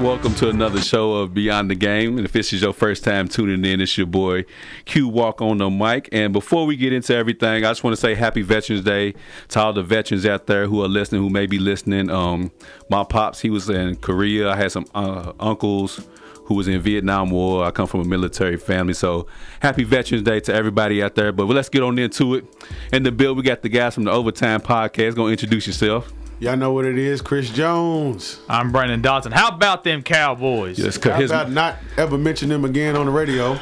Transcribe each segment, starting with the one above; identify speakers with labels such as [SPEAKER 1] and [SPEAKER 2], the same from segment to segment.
[SPEAKER 1] Welcome to another show of Beyond the Game. And if this is your first time tuning in, it's your boy Q Walk on the mic. And before we get into everything, I just want to say Happy Veterans Day to all the veterans out there who are listening, who may be listening. Um, my pops, he was in Korea. I had some uh, uncles who was in Vietnam War. I come from a military family, so happy Veterans Day to everybody out there. But let's get on into it. In the bill, we got the guys from the Overtime Podcast. Gonna introduce yourself.
[SPEAKER 2] Y'all know what it is, Chris Jones.
[SPEAKER 3] I'm Brandon Dodson. How about them Cowboys?
[SPEAKER 1] Yes,
[SPEAKER 2] How about not ever mention him again on the radio?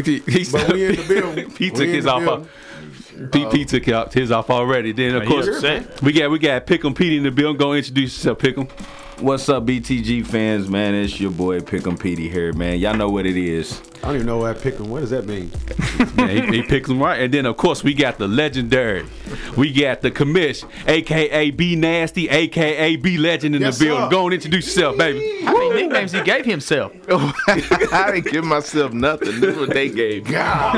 [SPEAKER 1] he, he's-
[SPEAKER 2] But we in the bill.
[SPEAKER 1] he
[SPEAKER 2] We
[SPEAKER 1] took
[SPEAKER 2] in
[SPEAKER 1] his
[SPEAKER 2] the
[SPEAKER 1] off.
[SPEAKER 2] bill.
[SPEAKER 1] P, P took out his off already. Then of
[SPEAKER 3] He
[SPEAKER 1] course
[SPEAKER 3] upset.
[SPEAKER 1] we got we got Pick'em Pete in the bill. Go introduce yourself, Pick'em.
[SPEAKER 4] What's up, BTG fans, man? It's your boy Pick'em Petey here, man. Y'all know what it is.
[SPEAKER 2] I don't even know where I picked him. What does that mean?
[SPEAKER 1] Yeah, he, he picks them right. And then of course we got the legendary. We got the commish, aka B Nasty, aka B Legend in
[SPEAKER 2] Yes,
[SPEAKER 1] the building.
[SPEAKER 2] sir.
[SPEAKER 1] Go on, introduce yourself, baby.
[SPEAKER 3] How many nicknames he gave himself?
[SPEAKER 5] I didn't give myself nothing. This is what they gave. me. I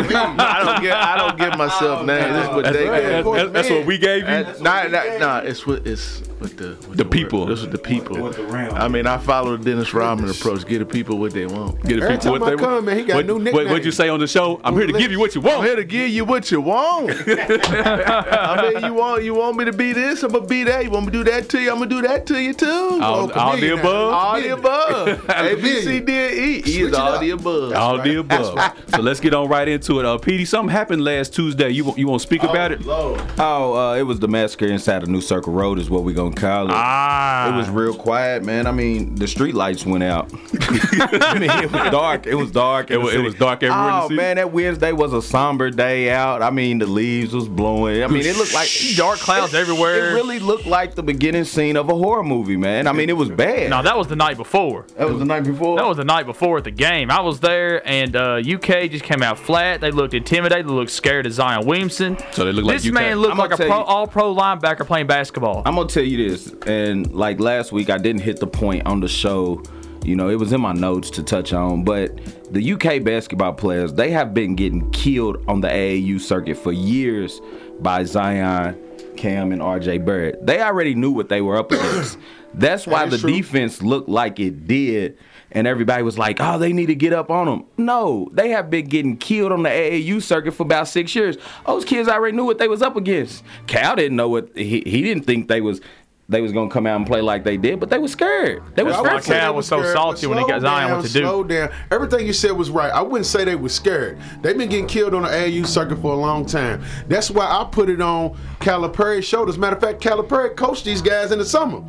[SPEAKER 5] don't give. I don't give myself nothing. This is what
[SPEAKER 1] That's,
[SPEAKER 5] they
[SPEAKER 2] right.
[SPEAKER 5] gave.
[SPEAKER 1] that's-
[SPEAKER 5] me.
[SPEAKER 1] that's- that's what we gave you.
[SPEAKER 5] That- Nah, nah, nah. It's what it's with the with
[SPEAKER 1] The
[SPEAKER 5] word.
[SPEAKER 1] people.
[SPEAKER 5] This is the people. I mean, I follow the Dennis Rodman approach. Give the people what they want.
[SPEAKER 1] Get the
[SPEAKER 2] Every
[SPEAKER 1] people
[SPEAKER 2] time
[SPEAKER 1] what
[SPEAKER 2] I
[SPEAKER 1] they want.
[SPEAKER 2] come, man, he got
[SPEAKER 1] what,
[SPEAKER 2] new
[SPEAKER 1] what- What'd
[SPEAKER 2] nickname.
[SPEAKER 1] you say on the show? I'm here to give you what you
[SPEAKER 5] I'm
[SPEAKER 1] want.
[SPEAKER 5] here to give you what you want. I mean, you want you want me to be this, I'm gonna be that. You want me to do that to you, I'm gonna do that to you too.
[SPEAKER 1] All,
[SPEAKER 2] Oh,
[SPEAKER 1] all the
[SPEAKER 2] chameleon
[SPEAKER 1] above.
[SPEAKER 5] all the above. A B C
[SPEAKER 2] Chameleon.
[SPEAKER 5] D E. E
[SPEAKER 2] Switch
[SPEAKER 5] is
[SPEAKER 2] it
[SPEAKER 5] all
[SPEAKER 2] up.
[SPEAKER 5] the above.
[SPEAKER 1] All the above. So let's get on right into it. Uh, Petey, something happened last Tuesday. You wa- you want to speak about it?
[SPEAKER 5] Lord.
[SPEAKER 4] Oh, uh, it was the massacre inside of New Circle Road, is what we gonna call it.
[SPEAKER 3] Ah,
[SPEAKER 4] It was real quiet, man. I mean, the street lights went out. I mean, it was dark. It was dark. in
[SPEAKER 1] It
[SPEAKER 4] the
[SPEAKER 1] wa- it
[SPEAKER 4] city.
[SPEAKER 1] was dark everywhere in the
[SPEAKER 4] Oh
[SPEAKER 1] city?
[SPEAKER 4] man, that Wednesday was a somber day out. I mean, the leaves was blowing. I mean, it looked like
[SPEAKER 3] dark clouds everywhere.
[SPEAKER 4] It really looked like the beginning scene of a horror movie, man. I mean, it was bad.
[SPEAKER 3] No, that was the night before.
[SPEAKER 4] that was the night before.
[SPEAKER 3] That was the night before at the game. I was there, and uh, UK just came out flat. They looked intimidated. They looked scared of Zion Williamson.
[SPEAKER 1] So they look like
[SPEAKER 3] this
[SPEAKER 1] UK.
[SPEAKER 3] man looked
[SPEAKER 4] I'm
[SPEAKER 3] like
[SPEAKER 4] gonna
[SPEAKER 3] a
[SPEAKER 4] tell
[SPEAKER 3] pro,
[SPEAKER 4] you-
[SPEAKER 3] all-pro linebacker playing basketball.
[SPEAKER 4] I'm gonna tell you this, and like last week, I didn't hit the point on the show. You know, it was in my notes to touch on, but the UK basketball players, they have been getting killed on the AAU circuit for years by Zion, Cam, and RJ Barrett. They already knew what they were up against. That's why
[SPEAKER 2] That
[SPEAKER 4] the
[SPEAKER 2] is true.
[SPEAKER 4] defense looked like it did, and everybody was like, oh, they need to get up on them. No, they have been getting killed on the AAU circuit for about six years. Those kids already knew what they was up against. Cal didn't know what he, he didn't think they was they was gonna come out and play like they did, but they was scared. They was
[SPEAKER 3] That's why
[SPEAKER 4] scared.
[SPEAKER 2] wouldn't say
[SPEAKER 3] Cal
[SPEAKER 2] they
[SPEAKER 3] was
[SPEAKER 2] was
[SPEAKER 3] so
[SPEAKER 2] scared,
[SPEAKER 3] salty
[SPEAKER 2] but
[SPEAKER 3] when he got
[SPEAKER 2] slow
[SPEAKER 3] Zion
[SPEAKER 2] down,
[SPEAKER 3] what to do.
[SPEAKER 2] Slow down. Everything you said was right. I wouldn't say they were scared. They've been getting killed on the AU circuit for a long time. That's why I put it on Calipari's shoulders. Matter of fact, Calipari coached these guys in the summer.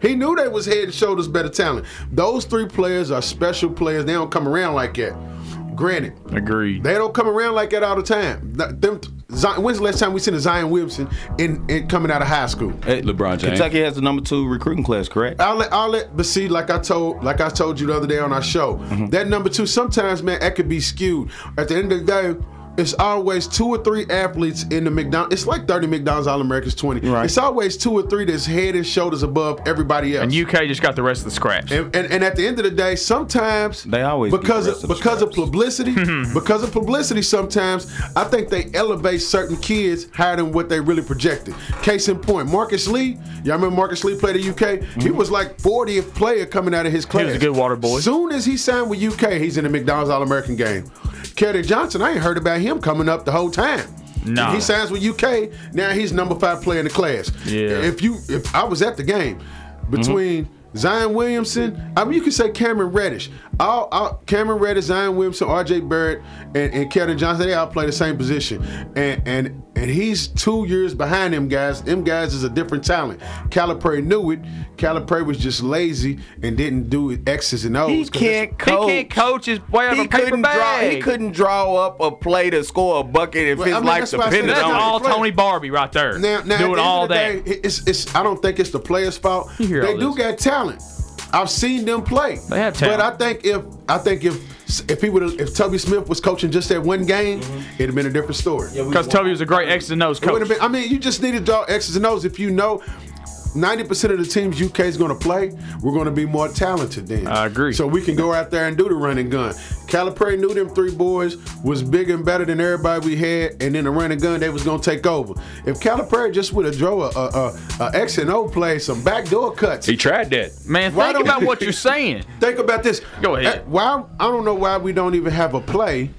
[SPEAKER 2] He knew they was head and shoulders better talent. Those three players are special players. They don't come around like that. Granted,
[SPEAKER 3] Agreed.
[SPEAKER 2] they don't come around like that all the time. Th- Them, Zion, when's the last time we seen a Zion Williamson in, in coming out of high school?
[SPEAKER 1] LeBron James.
[SPEAKER 4] Kentucky has the number two recruiting class, correct?
[SPEAKER 2] I'll let, I'll let, but see, like I told, like I told you the other day on our show, that number two, sometimes, man, that could be skewed. At the end of the day, it's always two or three athletes in the McDonald's. It's like 30 McDonald's All Americans 20.
[SPEAKER 4] Right.
[SPEAKER 2] It's always two or three that's head and shoulders above everybody else.
[SPEAKER 3] And UK just got the rest of the scraps.
[SPEAKER 2] And, and, and at the end of the day, sometimes
[SPEAKER 4] They always get
[SPEAKER 2] because
[SPEAKER 4] the rest
[SPEAKER 2] of,
[SPEAKER 4] of the
[SPEAKER 2] because of
[SPEAKER 4] scraps.
[SPEAKER 2] publicity, because of publicity. Sometimes I think they elevate certain kids higher than what they really projected. Case in point, Marcus Lee. Y'all remember Marcus Lee played at UK? He was like 40th player coming out of his class.
[SPEAKER 3] Mm-hmm. was a good water boy.
[SPEAKER 2] Soon as he signed with UK, he's in the McDonald's All American game. Kerry Johnson, I ain't heard about him coming up the whole time.
[SPEAKER 3] No.
[SPEAKER 2] He signs with UK. Now he's number five player in the class.
[SPEAKER 3] Yeah.
[SPEAKER 2] If you, if I was at the game between Zion Williamson, I mean, you could say Cameron Reddish. All, all Cameron Reddish, Zion Williamson, R.J. Barrett, and, and Keldon Johnson, they all play the same position, and and and he's two years behind them guys. Them guys is a different talent. Calipari knew it. Calipari was just lazy and didn't do it X's and O's.
[SPEAKER 4] He
[SPEAKER 2] 'cause it's-
[SPEAKER 4] can't coach.
[SPEAKER 3] He can't coach his way out of
[SPEAKER 4] He
[SPEAKER 3] a paper
[SPEAKER 4] couldn't draw.
[SPEAKER 3] bag.
[SPEAKER 4] He couldn't draw up a play to score a bucket if
[SPEAKER 2] Well,
[SPEAKER 4] his
[SPEAKER 2] I mean,
[SPEAKER 4] life
[SPEAKER 2] that's why I said
[SPEAKER 4] depended
[SPEAKER 2] that's
[SPEAKER 3] That's
[SPEAKER 4] on it.
[SPEAKER 3] all
[SPEAKER 2] play.
[SPEAKER 3] Tony Barbie right there.
[SPEAKER 2] Now, now at
[SPEAKER 3] doing
[SPEAKER 2] the end
[SPEAKER 3] all
[SPEAKER 2] of the
[SPEAKER 3] that.
[SPEAKER 2] Day, it- it's, it's, I don't think it's the player's fault. They
[SPEAKER 3] You hear all
[SPEAKER 2] do
[SPEAKER 3] this.
[SPEAKER 2] got talent. I've seen them play.
[SPEAKER 3] They have talent.
[SPEAKER 2] But I think if I think if if he would if Tubby Smith was coaching just that one game,
[SPEAKER 3] Mm-hmm.
[SPEAKER 2] it'd have been a different story.
[SPEAKER 3] Because Toby was a great X's and O's
[SPEAKER 2] It would
[SPEAKER 3] coach.
[SPEAKER 2] have been. I mean, you just need to draw X's and O's if you know. ninety percent of the teams UK is going to play, we're going to be more talented then.
[SPEAKER 3] I agree.
[SPEAKER 2] So we can go out there and do the running gun. Calipari knew them three boys was bigger and better than everybody we had, and in the running gun they was going to take over. If Calipari just would have drew a, a, a, a X and O play, some backdoor cuts,
[SPEAKER 1] He tried that.
[SPEAKER 3] Man,
[SPEAKER 2] Why
[SPEAKER 3] think
[SPEAKER 2] don't-
[SPEAKER 3] about what you're saying.
[SPEAKER 2] Think about this.
[SPEAKER 3] Go ahead.
[SPEAKER 2] Uh, Why I don't know why we don't even have a play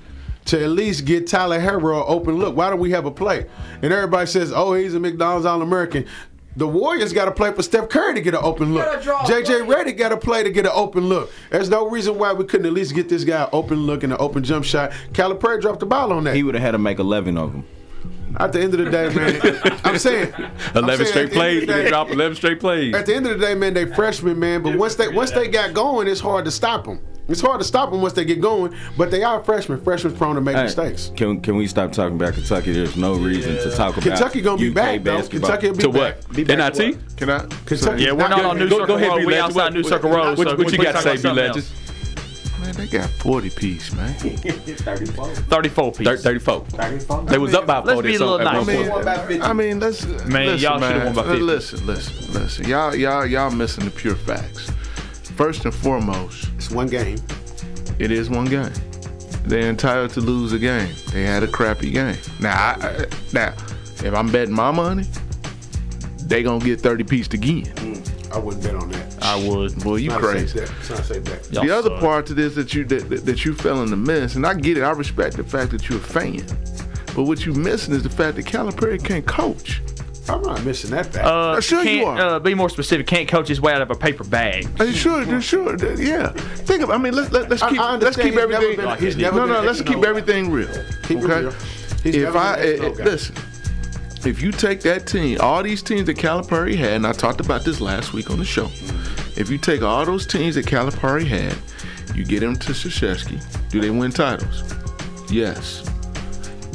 [SPEAKER 2] to at least get Tyler Hero an open look. Why don't we have a play? And everybody says, "Oh, he's a McDonald's All American." The Warriors got to play for Steph Curry to get an open look.
[SPEAKER 6] gotta draw a
[SPEAKER 2] JJ
[SPEAKER 6] play.
[SPEAKER 2] Reddick got to play to get an open look. There's no reason why we couldn't at least get this guy an open look and an open jump shot. Calipari dropped the ball on that.
[SPEAKER 4] He would have had to make 11 of them.
[SPEAKER 2] At the end of the day, man, I'm saying I'm saying
[SPEAKER 1] Eleven
[SPEAKER 2] at
[SPEAKER 1] straight
[SPEAKER 2] the end
[SPEAKER 1] plays.
[SPEAKER 2] of the
[SPEAKER 1] They
[SPEAKER 2] day-
[SPEAKER 1] dropped eleven straight plays.
[SPEAKER 2] at the end of the day, man, they freshmen, man. But once they once they got going, it's hard to stop them. It's hard to stop them once they get going. But they are freshmen. Freshmen prone to make
[SPEAKER 4] Hey,
[SPEAKER 2] mistakes.
[SPEAKER 4] Can, can we stop talking about Kentucky? There's no reason to talk about
[SPEAKER 2] Kentucky gonna be
[SPEAKER 4] UK
[SPEAKER 2] back though.
[SPEAKER 4] basketball.
[SPEAKER 2] Kentucky will be
[SPEAKER 1] To
[SPEAKER 2] back.
[SPEAKER 1] what? NIT?
[SPEAKER 2] Can I? Kentucky.
[SPEAKER 3] Yeah, we're not on New
[SPEAKER 1] Go-
[SPEAKER 3] Circle
[SPEAKER 1] go ahead,
[SPEAKER 3] Road.
[SPEAKER 1] B.
[SPEAKER 3] We
[SPEAKER 1] Legend.
[SPEAKER 3] outside
[SPEAKER 1] What-
[SPEAKER 3] New Circle Road.
[SPEAKER 1] What,
[SPEAKER 3] so
[SPEAKER 1] what you
[SPEAKER 3] please
[SPEAKER 1] got to
[SPEAKER 3] talk
[SPEAKER 1] say,
[SPEAKER 3] about
[SPEAKER 1] B.
[SPEAKER 3] something
[SPEAKER 1] Legends?
[SPEAKER 3] else.
[SPEAKER 5] Man, they got 40 piece, man.
[SPEAKER 3] 34
[SPEAKER 1] Thir-
[SPEAKER 3] piece.
[SPEAKER 1] 34. They was up by
[SPEAKER 3] Let's
[SPEAKER 1] 40
[SPEAKER 3] be a
[SPEAKER 1] some-
[SPEAKER 3] little
[SPEAKER 1] at one
[SPEAKER 3] nice.
[SPEAKER 1] point.
[SPEAKER 5] I mean, let's uh,
[SPEAKER 3] Man,
[SPEAKER 5] listen,
[SPEAKER 3] y'all should've
[SPEAKER 5] man.
[SPEAKER 3] won by 50.
[SPEAKER 5] Listen, listen, listen. Y'all, y'all, y'all missing the pure facts. First and foremost,
[SPEAKER 2] It's one game.
[SPEAKER 5] it is one game. They're entitled to lose a game. They had a crappy game. Now, I, I, now, if I'm betting my money, they gonna get 30 pieced again.
[SPEAKER 2] I wouldn't bet on that.
[SPEAKER 3] I would.
[SPEAKER 5] Boy, you
[SPEAKER 2] Not
[SPEAKER 5] crazy.
[SPEAKER 2] Safe bet. It's not safe bet.
[SPEAKER 3] Y'all
[SPEAKER 5] the other
[SPEAKER 3] suck.
[SPEAKER 5] part to this that you that, that, that you fell in the miss, and I get it. I respect the fact that you're a fan, but what you missing is the fact that Calipari can't coach.
[SPEAKER 2] I'm not missing that fact.
[SPEAKER 3] Uh,
[SPEAKER 5] Sure you
[SPEAKER 3] can't,
[SPEAKER 5] are.
[SPEAKER 3] Uh, be more specific. Can't coach his way out of a paper bag.
[SPEAKER 5] Are you sure? You're sure? Th- Yeah. Think of. I mean, let, let, let's
[SPEAKER 2] I-
[SPEAKER 5] keep.
[SPEAKER 2] I
[SPEAKER 5] let's
[SPEAKER 2] understand
[SPEAKER 5] keep
[SPEAKER 2] he's never
[SPEAKER 5] everything.
[SPEAKER 2] been- he's never
[SPEAKER 5] no,
[SPEAKER 2] been
[SPEAKER 5] no.
[SPEAKER 2] an
[SPEAKER 5] Let's
[SPEAKER 2] X-Men
[SPEAKER 5] keep
[SPEAKER 2] guy.
[SPEAKER 5] everything real.
[SPEAKER 2] Keep it
[SPEAKER 5] okay.
[SPEAKER 2] real. He's
[SPEAKER 5] if
[SPEAKER 2] never
[SPEAKER 5] I
[SPEAKER 2] been an
[SPEAKER 5] eh, eh,
[SPEAKER 2] X-Men guy.
[SPEAKER 5] listen, if you take that team, all these teams that Calipari had, and I talked about this last week on the show. If you take all those teams that Calipari had, you get them to Krzyzewski. Do they win titles? Yes.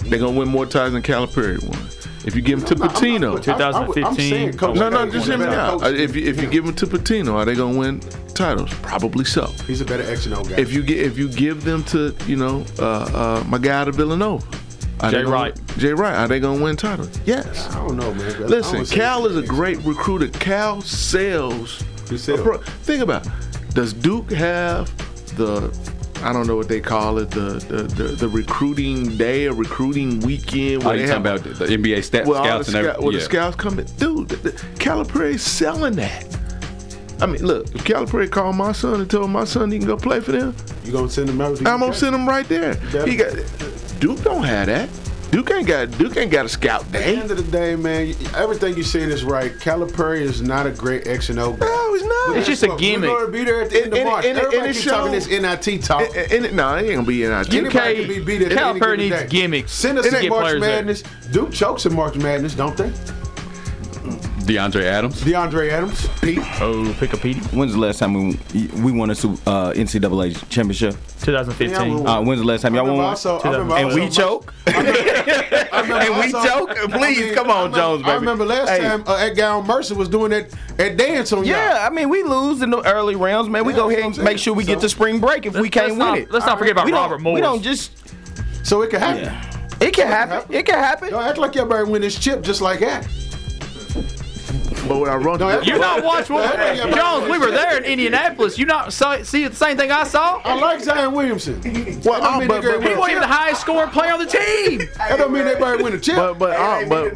[SPEAKER 5] They're gonna win more titles than Calipari won. If you give them to
[SPEAKER 2] I'm not- I'm
[SPEAKER 5] Patino,
[SPEAKER 2] not- I- I would- I'm saying
[SPEAKER 3] 2015.
[SPEAKER 2] Coach
[SPEAKER 5] no, no,
[SPEAKER 2] K
[SPEAKER 5] just
[SPEAKER 2] won
[SPEAKER 5] hear me
[SPEAKER 2] a better
[SPEAKER 5] out.
[SPEAKER 2] coach.
[SPEAKER 5] If you, if you give them to Patino, are they gonna win titles? Probably so.
[SPEAKER 2] he's a better X and O guy.
[SPEAKER 5] If you get if you give them to you know uh, uh, my guy to Villanova, are they
[SPEAKER 3] Jay
[SPEAKER 5] gonna-
[SPEAKER 3] Wright.
[SPEAKER 5] Jay Wright, are they gonna win titles? Yes.
[SPEAKER 2] I don't know, man. but I
[SPEAKER 5] Listen,
[SPEAKER 2] would say
[SPEAKER 5] Cal
[SPEAKER 2] he's
[SPEAKER 5] is a
[SPEAKER 2] better
[SPEAKER 5] great recruiter. Cal sells.
[SPEAKER 2] He sells.
[SPEAKER 5] Bro, Think about, it. does Duke have the? I don't know what they call it, the the, the, the recruiting day or recruiting weekend.
[SPEAKER 1] Oh,
[SPEAKER 5] where
[SPEAKER 1] you
[SPEAKER 5] they
[SPEAKER 1] talking
[SPEAKER 5] have-
[SPEAKER 1] about the the NBA stat,
[SPEAKER 5] well, all the
[SPEAKER 1] scouts and
[SPEAKER 5] scout-
[SPEAKER 1] everything?
[SPEAKER 5] well, the
[SPEAKER 1] Yeah.
[SPEAKER 5] scouts come in. Dude, the, the, Calipari's selling that. I mean, look, if Calipari called my son and told my son he can go play for them,
[SPEAKER 2] X. You gonna send him out? to
[SPEAKER 5] I'm gonna
[SPEAKER 2] UK?
[SPEAKER 5] send him right there.
[SPEAKER 2] better.
[SPEAKER 5] He got Duke don't have that. Duke ain't got Duke ain't got a scout
[SPEAKER 2] At the
[SPEAKER 5] day.
[SPEAKER 2] end of the day, man, everything you're saying is right. Calipari is not a great X and O guy.
[SPEAKER 5] No, he's not.
[SPEAKER 3] It's just a gimmick.
[SPEAKER 2] We're gonna be there at the end of
[SPEAKER 5] And- and-
[SPEAKER 2] March.
[SPEAKER 5] and- and
[SPEAKER 2] Everybody
[SPEAKER 5] it
[SPEAKER 2] keep talking
[SPEAKER 5] shows-
[SPEAKER 2] this NIT talk.
[SPEAKER 5] And- and- and it- no, it ain't gonna be in our
[SPEAKER 2] Anybody
[SPEAKER 3] UK
[SPEAKER 2] can be beat at any
[SPEAKER 3] Calipari
[SPEAKER 2] given
[SPEAKER 3] needs
[SPEAKER 2] day.
[SPEAKER 3] gimmicks
[SPEAKER 2] Send us
[SPEAKER 3] to
[SPEAKER 2] in
[SPEAKER 3] get
[SPEAKER 2] March
[SPEAKER 3] players there.
[SPEAKER 2] Madness. Duke chokes in March Madness, don't they?
[SPEAKER 1] DeAndre Adams.
[SPEAKER 2] DeAndre Adams, Pete.
[SPEAKER 3] Oh, pick a Petey.
[SPEAKER 4] When's the last time we we won a Su- uh, NCAA championship?
[SPEAKER 3] 2015.
[SPEAKER 2] Yeah,
[SPEAKER 4] Uh, when's the last time y'all won
[SPEAKER 2] remember
[SPEAKER 4] one?
[SPEAKER 2] also- I remember
[SPEAKER 4] and
[SPEAKER 2] also-
[SPEAKER 4] we choke.
[SPEAKER 2] I remember
[SPEAKER 4] And we
[SPEAKER 2] also-
[SPEAKER 4] joke? Please,
[SPEAKER 2] I mean,
[SPEAKER 4] come
[SPEAKER 2] I
[SPEAKER 4] on,
[SPEAKER 2] remember-
[SPEAKER 4] Jones, baby.
[SPEAKER 2] I remember last
[SPEAKER 4] Hey.
[SPEAKER 2] time uh, that guy on Mercer was doing that, that dance on y'all.
[SPEAKER 4] Yeah, I mean, we lose in the early rounds, man. We
[SPEAKER 2] Yeah,
[SPEAKER 4] go
[SPEAKER 2] that's
[SPEAKER 4] ahead and
[SPEAKER 2] what I'm
[SPEAKER 4] make
[SPEAKER 2] saying.
[SPEAKER 4] sure we get
[SPEAKER 2] So-
[SPEAKER 4] to spring break if we can't
[SPEAKER 3] let's not,
[SPEAKER 4] win it.
[SPEAKER 3] Let's not forget about
[SPEAKER 4] we don't,
[SPEAKER 3] Robert Moore.
[SPEAKER 4] We don't just.
[SPEAKER 2] So it could happen.
[SPEAKER 4] It can happen. It can happen.
[SPEAKER 2] Don't act like everybody win this chip just like that.
[SPEAKER 5] But what I run
[SPEAKER 2] Don't act
[SPEAKER 3] You not watch what
[SPEAKER 2] Don't act like
[SPEAKER 3] Jones? We were there in Indianapolis. You not saw, see the same thing I saw.
[SPEAKER 2] I like Zion Williamson. Well,
[SPEAKER 5] uh, but- but-
[SPEAKER 3] He wasn't even the highest scoring player on the team.
[SPEAKER 2] That don't mean everybody win the chip.
[SPEAKER 5] but but uh, but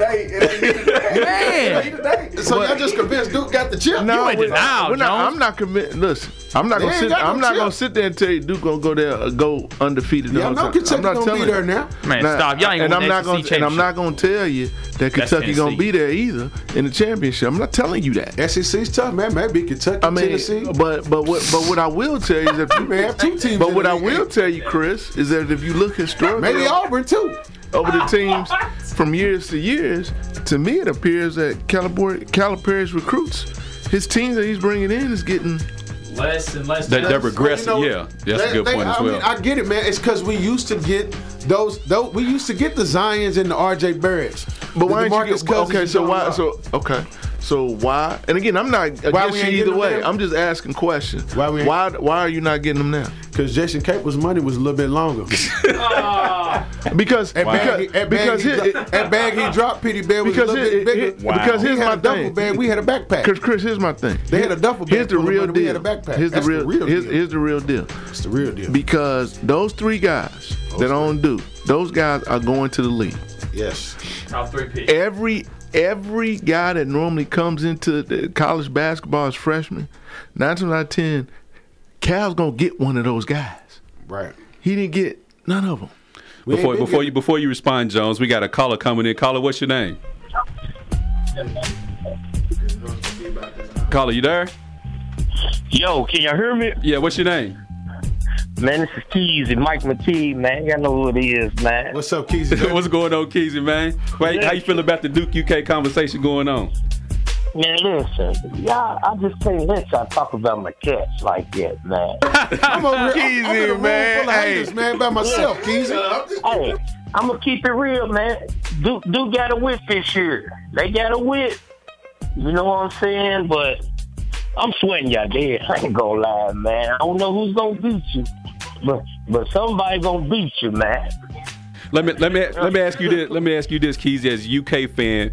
[SPEAKER 3] Man,
[SPEAKER 2] so y'all just convinced Duke got the chip.
[SPEAKER 5] no,
[SPEAKER 3] ain't
[SPEAKER 5] we're-
[SPEAKER 3] denial,
[SPEAKER 5] we're not-
[SPEAKER 3] Jones.
[SPEAKER 5] I'm not commit. Listen, I'm not
[SPEAKER 2] They
[SPEAKER 5] gonna
[SPEAKER 2] ain't
[SPEAKER 5] sit.
[SPEAKER 2] got no
[SPEAKER 5] I'm not
[SPEAKER 2] chip.
[SPEAKER 5] gonna sit there and tell you Duke gonna go there, uh, go undefeated. the
[SPEAKER 2] Y'all
[SPEAKER 5] whole
[SPEAKER 2] know
[SPEAKER 5] time.
[SPEAKER 2] Kentucky
[SPEAKER 5] I'm not
[SPEAKER 2] gonna be
[SPEAKER 5] telling
[SPEAKER 2] there
[SPEAKER 5] you.
[SPEAKER 2] now.
[SPEAKER 3] man,
[SPEAKER 5] Now,
[SPEAKER 3] stop! Y'all ain't
[SPEAKER 5] and
[SPEAKER 3] won
[SPEAKER 5] I'm
[SPEAKER 3] the
[SPEAKER 5] not
[SPEAKER 3] SEC
[SPEAKER 5] gonna and I'm not
[SPEAKER 3] championship.
[SPEAKER 5] gonna tell you that Kentucky gonna
[SPEAKER 3] Tennessee.
[SPEAKER 5] be there either in the championship. I'm not telling you that.
[SPEAKER 2] SEC's E tough, man. Maybe Kentucky,
[SPEAKER 5] I mean,
[SPEAKER 2] Tennessee.
[SPEAKER 5] but but what but what I will tell you is that you
[SPEAKER 2] may have two teams
[SPEAKER 5] But
[SPEAKER 2] in
[SPEAKER 5] what
[SPEAKER 2] the
[SPEAKER 5] I
[SPEAKER 2] league.
[SPEAKER 5] will tell you, Chris, is that if you look historically
[SPEAKER 2] Maybe Auburn too.
[SPEAKER 5] over the teams from years to years, to me it appears that Calipari, Calipari's recruits, his teams that he's bringing in is getting
[SPEAKER 7] Less and less.
[SPEAKER 1] That, that
[SPEAKER 7] That's-
[SPEAKER 1] regressing,
[SPEAKER 2] You know,
[SPEAKER 1] yeah. That's
[SPEAKER 2] they-
[SPEAKER 1] a good
[SPEAKER 2] they-
[SPEAKER 1] point as
[SPEAKER 2] I
[SPEAKER 1] well.
[SPEAKER 2] Mean, I get it, man. It's because we used to get those, those. We used to get the Zions and the RJ Barretts.
[SPEAKER 5] But why
[SPEAKER 2] the
[SPEAKER 5] ain't you
[SPEAKER 2] DeMarcus
[SPEAKER 5] get,
[SPEAKER 2] Cousins
[SPEAKER 5] okay?
[SPEAKER 2] and
[SPEAKER 5] So
[SPEAKER 2] John
[SPEAKER 5] why?
[SPEAKER 2] Rock.
[SPEAKER 5] So okay. So why? And again, I'm not against
[SPEAKER 2] Why we ain't
[SPEAKER 5] you either
[SPEAKER 2] getting
[SPEAKER 5] way.
[SPEAKER 2] them now?
[SPEAKER 5] I'm just asking questions.
[SPEAKER 2] Why we ain't-
[SPEAKER 5] why why are you not getting them now?
[SPEAKER 2] Because Jason Capel's money was a little bit longer.
[SPEAKER 5] Because
[SPEAKER 2] At bag,
[SPEAKER 5] because
[SPEAKER 2] he- at bag,
[SPEAKER 5] because
[SPEAKER 2] he,
[SPEAKER 5] here-
[SPEAKER 2] dro- at bag he dropped, Petey Bear was
[SPEAKER 5] because
[SPEAKER 2] a little
[SPEAKER 5] here-
[SPEAKER 2] bit bigger.
[SPEAKER 5] here- because here's
[SPEAKER 2] we
[SPEAKER 5] my
[SPEAKER 2] had a duffel
[SPEAKER 5] thing.
[SPEAKER 2] bag, we had a
[SPEAKER 5] Because
[SPEAKER 2] backpack.
[SPEAKER 5] Chris, here's my thing.
[SPEAKER 2] They had a duffel bag
[SPEAKER 5] Here's the
[SPEAKER 2] full of
[SPEAKER 5] real
[SPEAKER 2] money, we
[SPEAKER 5] deal.
[SPEAKER 2] had a backpack.
[SPEAKER 5] Here's the
[SPEAKER 2] That's the
[SPEAKER 5] real.
[SPEAKER 2] real
[SPEAKER 5] Here's
[SPEAKER 2] deal.
[SPEAKER 5] here's the real deal.
[SPEAKER 2] It's the real deal.
[SPEAKER 5] Because those three guys that don't do, those guys are going to the league.
[SPEAKER 2] yes.
[SPEAKER 3] Top three picks.
[SPEAKER 5] Every every guy that normally comes into the college basketball as freshman, nine times out of ten, Cal's gonna get one of those guys.
[SPEAKER 2] Right.
[SPEAKER 5] He didn't get none of them.
[SPEAKER 2] We ain't
[SPEAKER 1] Before
[SPEAKER 2] been
[SPEAKER 1] before you
[SPEAKER 2] getting-
[SPEAKER 1] before you respond, Jones, we got a caller coming in. Caller, what's your name? Caller, you there?
[SPEAKER 6] Yo, can y'all hear me?
[SPEAKER 1] Yeah, what's your name?
[SPEAKER 6] Man, this is Keezy, Mike McKee, man. Y'all know who it is, man.
[SPEAKER 2] What's up, Keezy?
[SPEAKER 1] what's going on, Keezy, man? Wait, how you feel about the Duke UK conversation going on?
[SPEAKER 6] Man, listen, y'all, I just can't let y'all talk about my cats like that, man.
[SPEAKER 2] I'm over here. I'm in a room
[SPEAKER 5] man.
[SPEAKER 2] full of haters,
[SPEAKER 5] Hey.
[SPEAKER 2] man, by myself, Keezy.
[SPEAKER 6] hey, I'm gonna keep it real, man. Duke, Duke got a whip this year. They got a whip. You know what I'm saying? But I'm sweating y'all dead. I ain't gonna lie, man. I don't know who's gonna beat you, but but somebody gonna beat you, man.
[SPEAKER 1] Let me let me let me ask you this. Let me ask you this, Keezy, as a UK fan.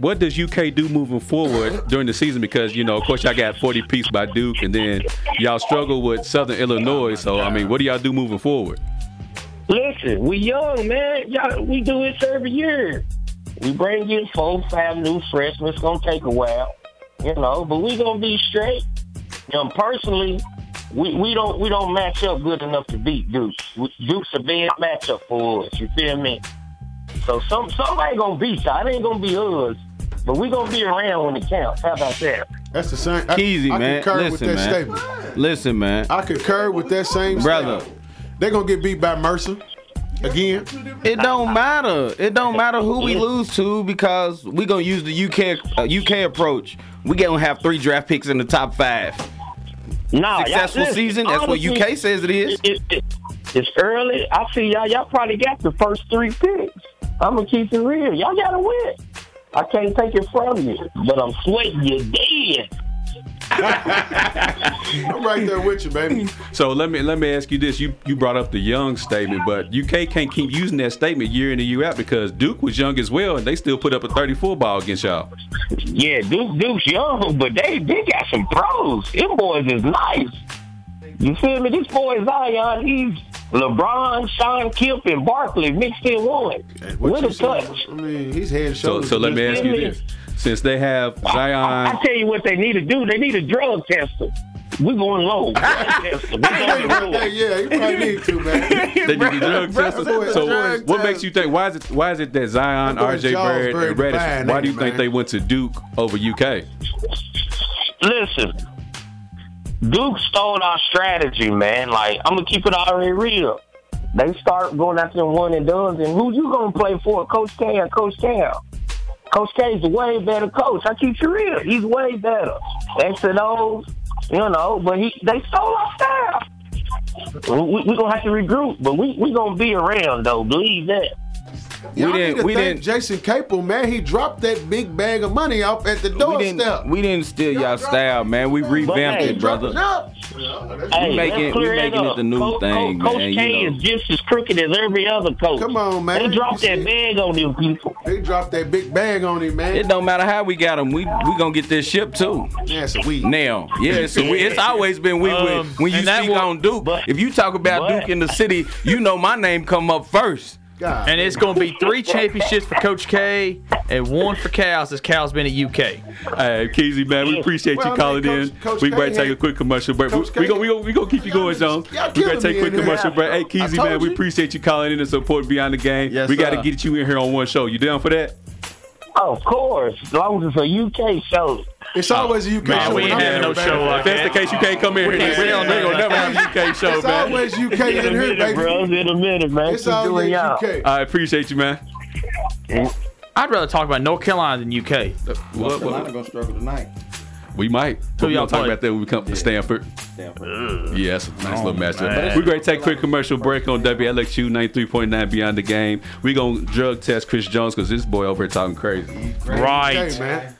[SPEAKER 1] What does UK do moving forward during the season? Because you know, of course, y'all got 40 piece by Duke, and then y'all struggle with Southern Illinois. So, I mean, what do y'all do moving forward?
[SPEAKER 6] Listen, we young, man. Y'all, we do this every year. We bring in four, five new freshmen. It's gonna take a while, you know, but we gonna be straight. Um, personally, we, we don't we don't match up good enough to beat Duke. We- Duke's a bad matchup for us. You feel me? So some somebody gonna beat y'all. It ain't gonna be us, but we gonna be around when it counts. How about that?
[SPEAKER 2] That's the same. I,
[SPEAKER 4] Keezy,
[SPEAKER 2] I
[SPEAKER 4] man.
[SPEAKER 2] concur with
[SPEAKER 4] Listen,
[SPEAKER 2] that
[SPEAKER 4] man.
[SPEAKER 2] statement.
[SPEAKER 4] Listen, man.
[SPEAKER 2] I concur with that same
[SPEAKER 4] Brother.
[SPEAKER 2] statement. They're gonna get beat by Mercer again.
[SPEAKER 4] It don't matter. It don't matter who we lose to because we gonna use the UK uh, UK approach. We gonna have three draft picks in the top five.
[SPEAKER 6] Nah,
[SPEAKER 4] Successful
[SPEAKER 6] y'all, listen,
[SPEAKER 4] season. That's what
[SPEAKER 6] honestly,
[SPEAKER 4] UK says it is.
[SPEAKER 6] it, it, it, it's early. I see y'all. Y'all probably got the first three picks. I'm gonna keep it real. Y'all gotta win. I can't take it from you, but I'm sweating you dead.
[SPEAKER 2] I'm right there with you, baby.
[SPEAKER 1] So let me let me ask you this: you you brought up the young statement, but UK can't keep using that statement year in and year out because Duke was young as well, and they still put up a 34 ball against y'all.
[SPEAKER 6] Yeah, Duke, Duke's young, but they they got some pros. Them boys is nice. You feel me? This boy Zion, he's LeBron, Sean Kemp, and Barkley mixed in one. What,
[SPEAKER 2] you
[SPEAKER 6] a
[SPEAKER 2] say?
[SPEAKER 6] touch!
[SPEAKER 2] I mean, he's head and
[SPEAKER 1] So
[SPEAKER 2] shoulders.
[SPEAKER 1] so let me
[SPEAKER 2] above.
[SPEAKER 1] ask you this: since they have
[SPEAKER 6] I,
[SPEAKER 1] Zion,
[SPEAKER 6] I tell you what they need to do. They need a drug tester. We're going low. Drug tester. We
[SPEAKER 2] Hey,
[SPEAKER 6] going
[SPEAKER 2] right
[SPEAKER 6] low.
[SPEAKER 2] there, yeah, you probably need to, man.
[SPEAKER 1] they did the drug test.
[SPEAKER 2] bro,
[SPEAKER 1] So
[SPEAKER 2] drug
[SPEAKER 1] what
[SPEAKER 2] test.
[SPEAKER 1] makes you think? Why is it why is it that Zion,
[SPEAKER 2] That boy
[SPEAKER 1] RJ
[SPEAKER 2] Jaws
[SPEAKER 1] Barrett,
[SPEAKER 2] very
[SPEAKER 1] and Reddish?
[SPEAKER 2] defined,
[SPEAKER 1] why do
[SPEAKER 2] ain't
[SPEAKER 1] you
[SPEAKER 2] he,
[SPEAKER 1] think
[SPEAKER 2] man?
[SPEAKER 1] they went to Duke over UK?
[SPEAKER 6] listen, Duke stole our strategy, man. Like, I'm gonna keep it already real. They start going after them one and dones, and who you gonna play for, Coach K or Coach Cal? Coach K's a way better coach. I keep you real. He's way better. X and O's, you know, but he they stole our style. We're we we gonna have to regroup, but we we gonna be around though. Believe that.
[SPEAKER 2] Y'all
[SPEAKER 4] We
[SPEAKER 2] need
[SPEAKER 4] didn't-
[SPEAKER 2] to
[SPEAKER 4] we
[SPEAKER 2] thank
[SPEAKER 4] didn't-
[SPEAKER 2] Jason Capel, man. He dropped that big bag of money off at the
[SPEAKER 4] We
[SPEAKER 2] doorstep.
[SPEAKER 4] didn't we didn't steal y'all style, man. We revamped
[SPEAKER 6] hey,
[SPEAKER 4] it, brother.
[SPEAKER 2] No.
[SPEAKER 6] Hey,
[SPEAKER 4] making-
[SPEAKER 6] let's
[SPEAKER 4] we
[SPEAKER 6] clear
[SPEAKER 4] making
[SPEAKER 6] that
[SPEAKER 4] it
[SPEAKER 6] up.
[SPEAKER 4] the new
[SPEAKER 6] Coach,
[SPEAKER 4] thing,
[SPEAKER 6] Coach,
[SPEAKER 4] man,
[SPEAKER 6] Coach K
[SPEAKER 4] you know.
[SPEAKER 6] is just as crooked as every other coach.
[SPEAKER 2] Come on, man.
[SPEAKER 6] They dropped
[SPEAKER 2] You
[SPEAKER 6] that
[SPEAKER 2] see-
[SPEAKER 6] bag on them people.
[SPEAKER 2] They dropped that big bag on him, man.
[SPEAKER 4] It don't matter how we got them. We we gonna get this ship too.
[SPEAKER 2] That's a weed.
[SPEAKER 4] Now, yeah, so we, it's always been we
[SPEAKER 3] Um,
[SPEAKER 4] with when you
[SPEAKER 3] and that
[SPEAKER 4] speak
[SPEAKER 3] wa-
[SPEAKER 4] on Duke.
[SPEAKER 6] but-
[SPEAKER 4] if you talk about
[SPEAKER 6] but-
[SPEAKER 4] Duke in the city, you know my name come up first.
[SPEAKER 2] God.
[SPEAKER 3] And it's going to be three championships for Coach K and one for Cal since Cal's been at UK.
[SPEAKER 1] Hey, Keezy, man, we appreciate
[SPEAKER 2] Well, I
[SPEAKER 1] you
[SPEAKER 2] mean,
[SPEAKER 1] calling
[SPEAKER 2] Coach-
[SPEAKER 1] in.
[SPEAKER 2] Coach
[SPEAKER 1] we better
[SPEAKER 2] K
[SPEAKER 1] take
[SPEAKER 2] had-
[SPEAKER 1] a quick commercial break. We,
[SPEAKER 2] Coach K
[SPEAKER 1] we gonna we gonna, we gonna keep you
[SPEAKER 2] Y'all
[SPEAKER 1] going,
[SPEAKER 2] niggas-
[SPEAKER 1] John.
[SPEAKER 2] y'all
[SPEAKER 1] We better
[SPEAKER 2] killing
[SPEAKER 1] take
[SPEAKER 2] me
[SPEAKER 1] a quick
[SPEAKER 2] in here.
[SPEAKER 1] commercial break. Hey,
[SPEAKER 2] I
[SPEAKER 1] Keezy,
[SPEAKER 2] told
[SPEAKER 1] man, we
[SPEAKER 2] you.
[SPEAKER 1] appreciate you calling in and support Beyond the Game.
[SPEAKER 5] Yes,
[SPEAKER 1] we got to
[SPEAKER 5] sir.
[SPEAKER 1] get you in here on one show. You down for that?
[SPEAKER 6] Of course, as long as it's a UK show.
[SPEAKER 2] It's always a UK
[SPEAKER 3] Man,
[SPEAKER 2] show.
[SPEAKER 3] we
[SPEAKER 2] when
[SPEAKER 3] ain't
[SPEAKER 2] I'm
[SPEAKER 3] having
[SPEAKER 2] in
[SPEAKER 3] no
[SPEAKER 2] there,
[SPEAKER 3] show
[SPEAKER 2] baby.
[SPEAKER 3] like
[SPEAKER 1] If that's the
[SPEAKER 3] that.
[SPEAKER 1] case, you can't come in here.
[SPEAKER 3] can't
[SPEAKER 1] We
[SPEAKER 3] say
[SPEAKER 1] don't we
[SPEAKER 3] that.
[SPEAKER 1] ain't gonna never have a UK show,
[SPEAKER 2] It's
[SPEAKER 1] man.
[SPEAKER 2] always UK in
[SPEAKER 6] In a
[SPEAKER 2] here,
[SPEAKER 6] minute, bro.
[SPEAKER 2] baby.
[SPEAKER 6] In a minute, man.
[SPEAKER 2] It's
[SPEAKER 6] Keep doing
[SPEAKER 2] always
[SPEAKER 6] y'all.
[SPEAKER 2] UK.
[SPEAKER 1] I appreciate you, man.
[SPEAKER 3] I'd rather talk about North Carolina than UK.
[SPEAKER 1] Uh, What- what-
[SPEAKER 4] gonna struggle tonight.
[SPEAKER 1] We might. But we
[SPEAKER 3] y'all
[SPEAKER 1] don't talk
[SPEAKER 3] play?
[SPEAKER 1] about that when we come to Stanford. Yeah, that's a
[SPEAKER 4] Oh,
[SPEAKER 1] nice little matchup.
[SPEAKER 3] man.
[SPEAKER 1] We're going to take a quick commercial break on WLXU 93.9 Beyond the
[SPEAKER 4] Mm-hmm.
[SPEAKER 1] Game. We're going to drug test Chris Jones because this boy over here talking crazy.
[SPEAKER 3] Right.
[SPEAKER 2] Okay, man.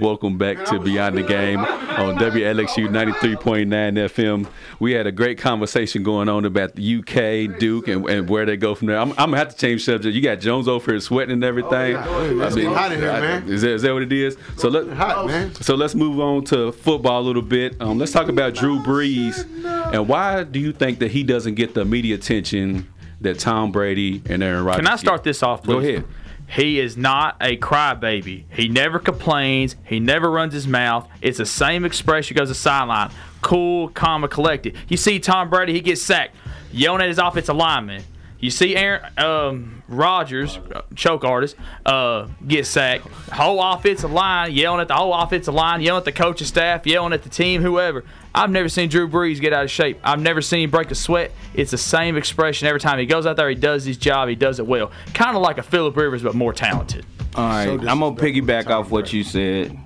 [SPEAKER 1] Welcome back to Beyond the Game on WLXU 93.9 FM. We had a great conversation going on about the UK, Duke, and, and where they go from there. I'm, I'm going to have to change subject. You got Jones over here sweating and everything.
[SPEAKER 2] Oh, It's getting hot in here,
[SPEAKER 1] I-
[SPEAKER 2] man.
[SPEAKER 1] Is that, is that what it is? So let,
[SPEAKER 2] Hot, man.
[SPEAKER 1] so let's move on to football a little bit. Um, let's talk about Drew Brees and why do you think that he doesn't get the media attention that Tom Brady and Aaron Rodgers?
[SPEAKER 3] Can I start
[SPEAKER 1] get?
[SPEAKER 3] this off, please?
[SPEAKER 1] Go ahead.
[SPEAKER 3] He is not a crybaby. He never complains. He never runs his mouth. It's the same expression goes to sideline. Cool, calm, and collected. You see Tom Brady, he gets sacked, yelling at his offensive lineman. You see Aaron um, Rodgers, uh, choke artist, uh, get sacked. Whole offensive line yelling at the whole offensive line, yelling at the coaching staff, yelling at the team, whoever. I've never seen Drew Brees get out of shape. I've never seen him break a sweat. It's the same expression every time he goes out there. He does his job. He does it well. Kind of like a Philip Rivers, but more talented.
[SPEAKER 4] All right, I'm gonna piggyback off what you said,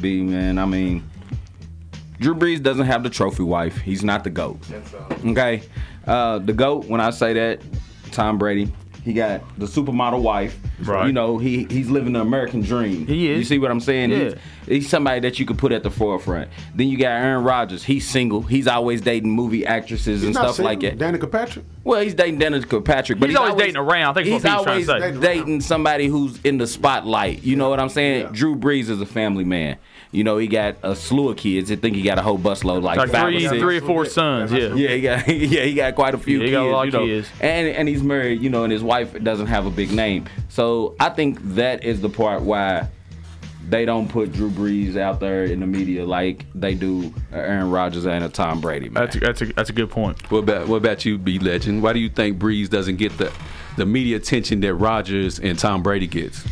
[SPEAKER 4] B man. I mean, Drew Brees doesn't have the trophy wife. He's not the goat. Okay, uh, the goat. When I say that, Tom Brady. He got the supermodel wife.
[SPEAKER 3] Right.
[SPEAKER 4] You know, he he's living the American dream.
[SPEAKER 3] He is.
[SPEAKER 4] You see what I'm saying?
[SPEAKER 3] Yeah.
[SPEAKER 4] He's, he's somebody that you could put at the forefront. Then you got Aaron Rodgers. He's single. He's always dating movie actresses and stuff like that.
[SPEAKER 2] Danica Patrick.
[SPEAKER 4] Well, he's dating Dennis Kirkpatrick, but
[SPEAKER 3] He's always dating around. I think
[SPEAKER 4] he's
[SPEAKER 3] that's what
[SPEAKER 4] always
[SPEAKER 3] Pete's trying to
[SPEAKER 2] say.
[SPEAKER 4] dating somebody who's in the spotlight. You know what I'm saying?
[SPEAKER 2] Yeah.
[SPEAKER 4] Drew Brees is a family man. You know, he got a slew of kids. I think he got a whole busload, like,
[SPEAKER 3] Like
[SPEAKER 4] five
[SPEAKER 3] three,
[SPEAKER 4] or six.
[SPEAKER 3] three or four sons. Yeah.
[SPEAKER 4] Yeah, he got yeah, he got quite a few
[SPEAKER 3] Yeah, he
[SPEAKER 4] kids.
[SPEAKER 3] got a lot
[SPEAKER 4] you
[SPEAKER 3] of
[SPEAKER 4] know,
[SPEAKER 3] kids.
[SPEAKER 4] and and he's married, you know, and his wife doesn't have a big name. So I think that is the part why they don't put Drew Brees out there in the media like they do a Aaron Rodgers and a Tom Brady. Man.
[SPEAKER 3] That's a, that's a, that's a good point.
[SPEAKER 1] What about what about you, B Legend? Why do you think Breeze doesn't get the the media attention that Rodgers and Tom Brady gets?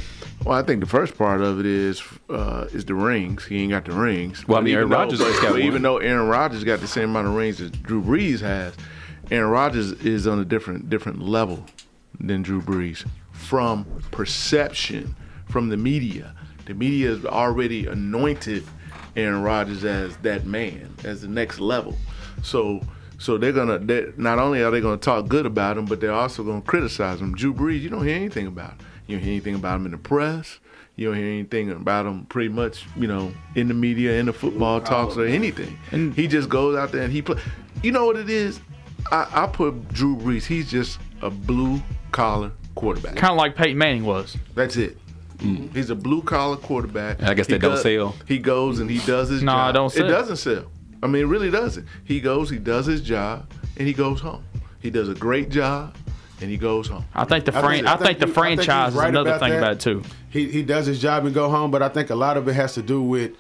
[SPEAKER 5] Well, I think the first part of it is uh, is the rings. He ain't got the rings.
[SPEAKER 1] Well, I
[SPEAKER 5] But
[SPEAKER 1] mean,
[SPEAKER 5] even
[SPEAKER 1] Aaron
[SPEAKER 5] though-
[SPEAKER 1] Rodgers just got
[SPEAKER 5] but
[SPEAKER 1] one.
[SPEAKER 5] Even though Aaron Rodgers got the same amount of rings as Drew Brees has, Aaron Rodgers is on a different different level than Drew Brees from perception, from the media. The media has already anointed Aaron Rodgers as that man, as the next level. So. So they're gonna. They're, not only are they gonna talk good about him, but they're also gonna criticize him. Drew Brees, you don't hear anything about. Him. You don't hear anything about him in the press. You don't hear anything about him pretty much, you know, in the media, in the football talks or anything. He just goes out there and he play. You know what it is? I, I put Drew Brees. He's just a blue collar quarterback.
[SPEAKER 3] Kind of like Peyton Manning was.
[SPEAKER 5] That's it. He's a blue collar quarterback.
[SPEAKER 1] Mm. I guess
[SPEAKER 5] He
[SPEAKER 1] that don't
[SPEAKER 5] go-
[SPEAKER 1] sell.
[SPEAKER 5] He goes and he does his
[SPEAKER 3] Nah,
[SPEAKER 5] job.
[SPEAKER 3] it don't sell.
[SPEAKER 5] It doesn't sell. I mean, it really doesn't. He goes, he does his job, and he goes home. He does a great job, and he goes home.
[SPEAKER 3] I think the
[SPEAKER 2] I
[SPEAKER 3] fran-
[SPEAKER 2] think-
[SPEAKER 3] I
[SPEAKER 2] I think
[SPEAKER 3] think, the
[SPEAKER 2] he- I think he's
[SPEAKER 3] franchise
[SPEAKER 2] right
[SPEAKER 3] is another
[SPEAKER 2] about
[SPEAKER 3] thing
[SPEAKER 2] that.
[SPEAKER 3] about it too.
[SPEAKER 2] He he does his job and go home, but I think a lot of it has to do with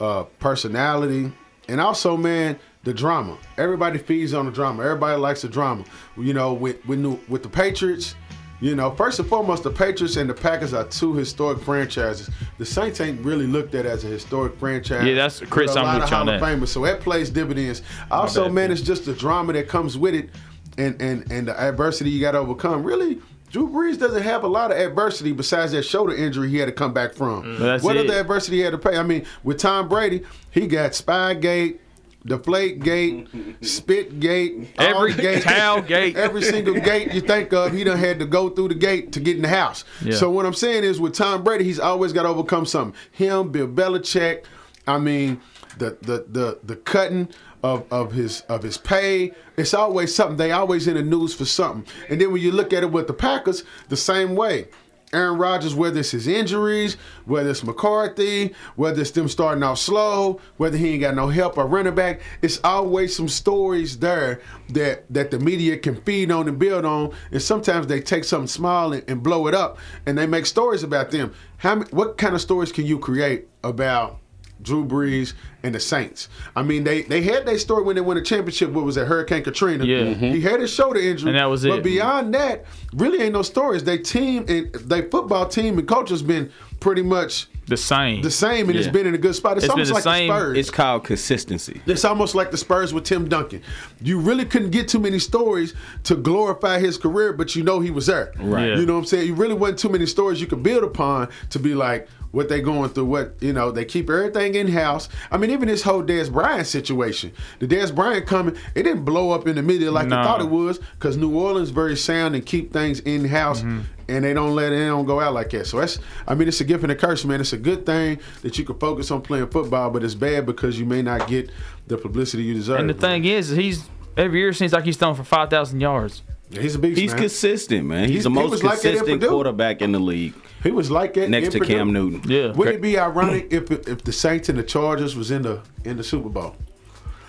[SPEAKER 2] uh, personality and also, man, the drama. Everybody feeds on the drama. Everybody likes the drama. You know, with with new, with the Patriots. You know, first and foremost, the Patriots and the Packers are two historic franchises. The Saints ain't really looked at as a historic franchise.
[SPEAKER 3] Yeah, that's- Chris,
[SPEAKER 2] with a
[SPEAKER 3] I'm
[SPEAKER 2] lot
[SPEAKER 3] with
[SPEAKER 2] of
[SPEAKER 3] you on
[SPEAKER 2] Hall of
[SPEAKER 3] that.
[SPEAKER 2] Famers, so that plays dividends. Also,
[SPEAKER 3] bad.
[SPEAKER 2] man, it's just the drama that comes with it, and and and the adversity you got to overcome. Really, Drew Brees doesn't have a lot of adversity besides that shoulder injury he had to come back from.
[SPEAKER 3] Mm. That's
[SPEAKER 2] what
[SPEAKER 3] it.
[SPEAKER 2] other adversity he had to pay? I mean, with Tom Brady, he got Spygate. Deflate gate, spit gate, all
[SPEAKER 3] Every
[SPEAKER 2] the gates,
[SPEAKER 3] towel gate.
[SPEAKER 2] every single gate you think of, he done had to go through the gate to get in the house.
[SPEAKER 3] Yeah.
[SPEAKER 2] So what I'm saying is, with Tom Brady, he's always got to overcome something. Him, Bill Belichick. I mean, the the the the cutting of of his of his pay. It's always something. They always in the news for something. And then when you look at it with the Packers, the same way. Aaron Rodgers, whether it's his injuries, whether it's McCarthy, whether it's them starting off slow, whether he ain't got no help or running back, it's always some stories there that that the media can feed on and build on. And sometimes they take something small and, and blow it up, and they make stories about them. How many, what kind of stories can you create about Drew Brees and the Saints? I mean, they they had their story when they won a championship. What was it, Hurricane Katrina?
[SPEAKER 3] Yeah.
[SPEAKER 2] he had his shoulder injury,
[SPEAKER 3] And that was
[SPEAKER 2] but
[SPEAKER 3] it.
[SPEAKER 2] beyond beyond that, really ain't no stories. They team and they football team and culture's been pretty much
[SPEAKER 3] The same.
[SPEAKER 2] the same, and it's
[SPEAKER 4] Yeah.
[SPEAKER 2] been in a good spot. It's,
[SPEAKER 3] It's been
[SPEAKER 2] almost
[SPEAKER 3] the
[SPEAKER 2] like
[SPEAKER 3] same-
[SPEAKER 2] the Spurs.
[SPEAKER 4] It's called consistency.
[SPEAKER 2] It's almost like the Spurs with Tim Duncan. You really couldn't get too many stories to glorify his career, but you know he was there.
[SPEAKER 4] Right.
[SPEAKER 3] Yeah.
[SPEAKER 2] You know what I'm saying? You really wasn't too many stories you could build upon to be like, what they going through, what you know, they keep everything in house. I mean, even this whole Des Bryant situation, the Des Bryant coming, it didn't blow up in the media like
[SPEAKER 3] No.
[SPEAKER 2] you thought it was, because New Orleans very sound and keep things in house.
[SPEAKER 3] Mm-hmm.
[SPEAKER 2] And they don't let it they don't go out like that. So that's I mean it's a gift and a curse, man. It's a good thing that you can focus on playing football, but it's bad because you may not get the publicity you deserve.
[SPEAKER 3] And the thing is, he's every year seems like he's throwing for five thousand yards.
[SPEAKER 2] he's a beast.
[SPEAKER 4] He's
[SPEAKER 2] man.
[SPEAKER 4] consistent, man. He's,
[SPEAKER 2] He's-
[SPEAKER 4] the
[SPEAKER 2] he
[SPEAKER 4] most
[SPEAKER 2] was like that at
[SPEAKER 4] consistent
[SPEAKER 2] Purdue.
[SPEAKER 4] quarterback in the league,
[SPEAKER 2] He was like that
[SPEAKER 4] next
[SPEAKER 2] in
[SPEAKER 4] to
[SPEAKER 2] Purdue.
[SPEAKER 4] Cam Newton.
[SPEAKER 3] Yeah.
[SPEAKER 2] Would it be ironic if if the Saints and the Chargers was in the in the Super Bowl?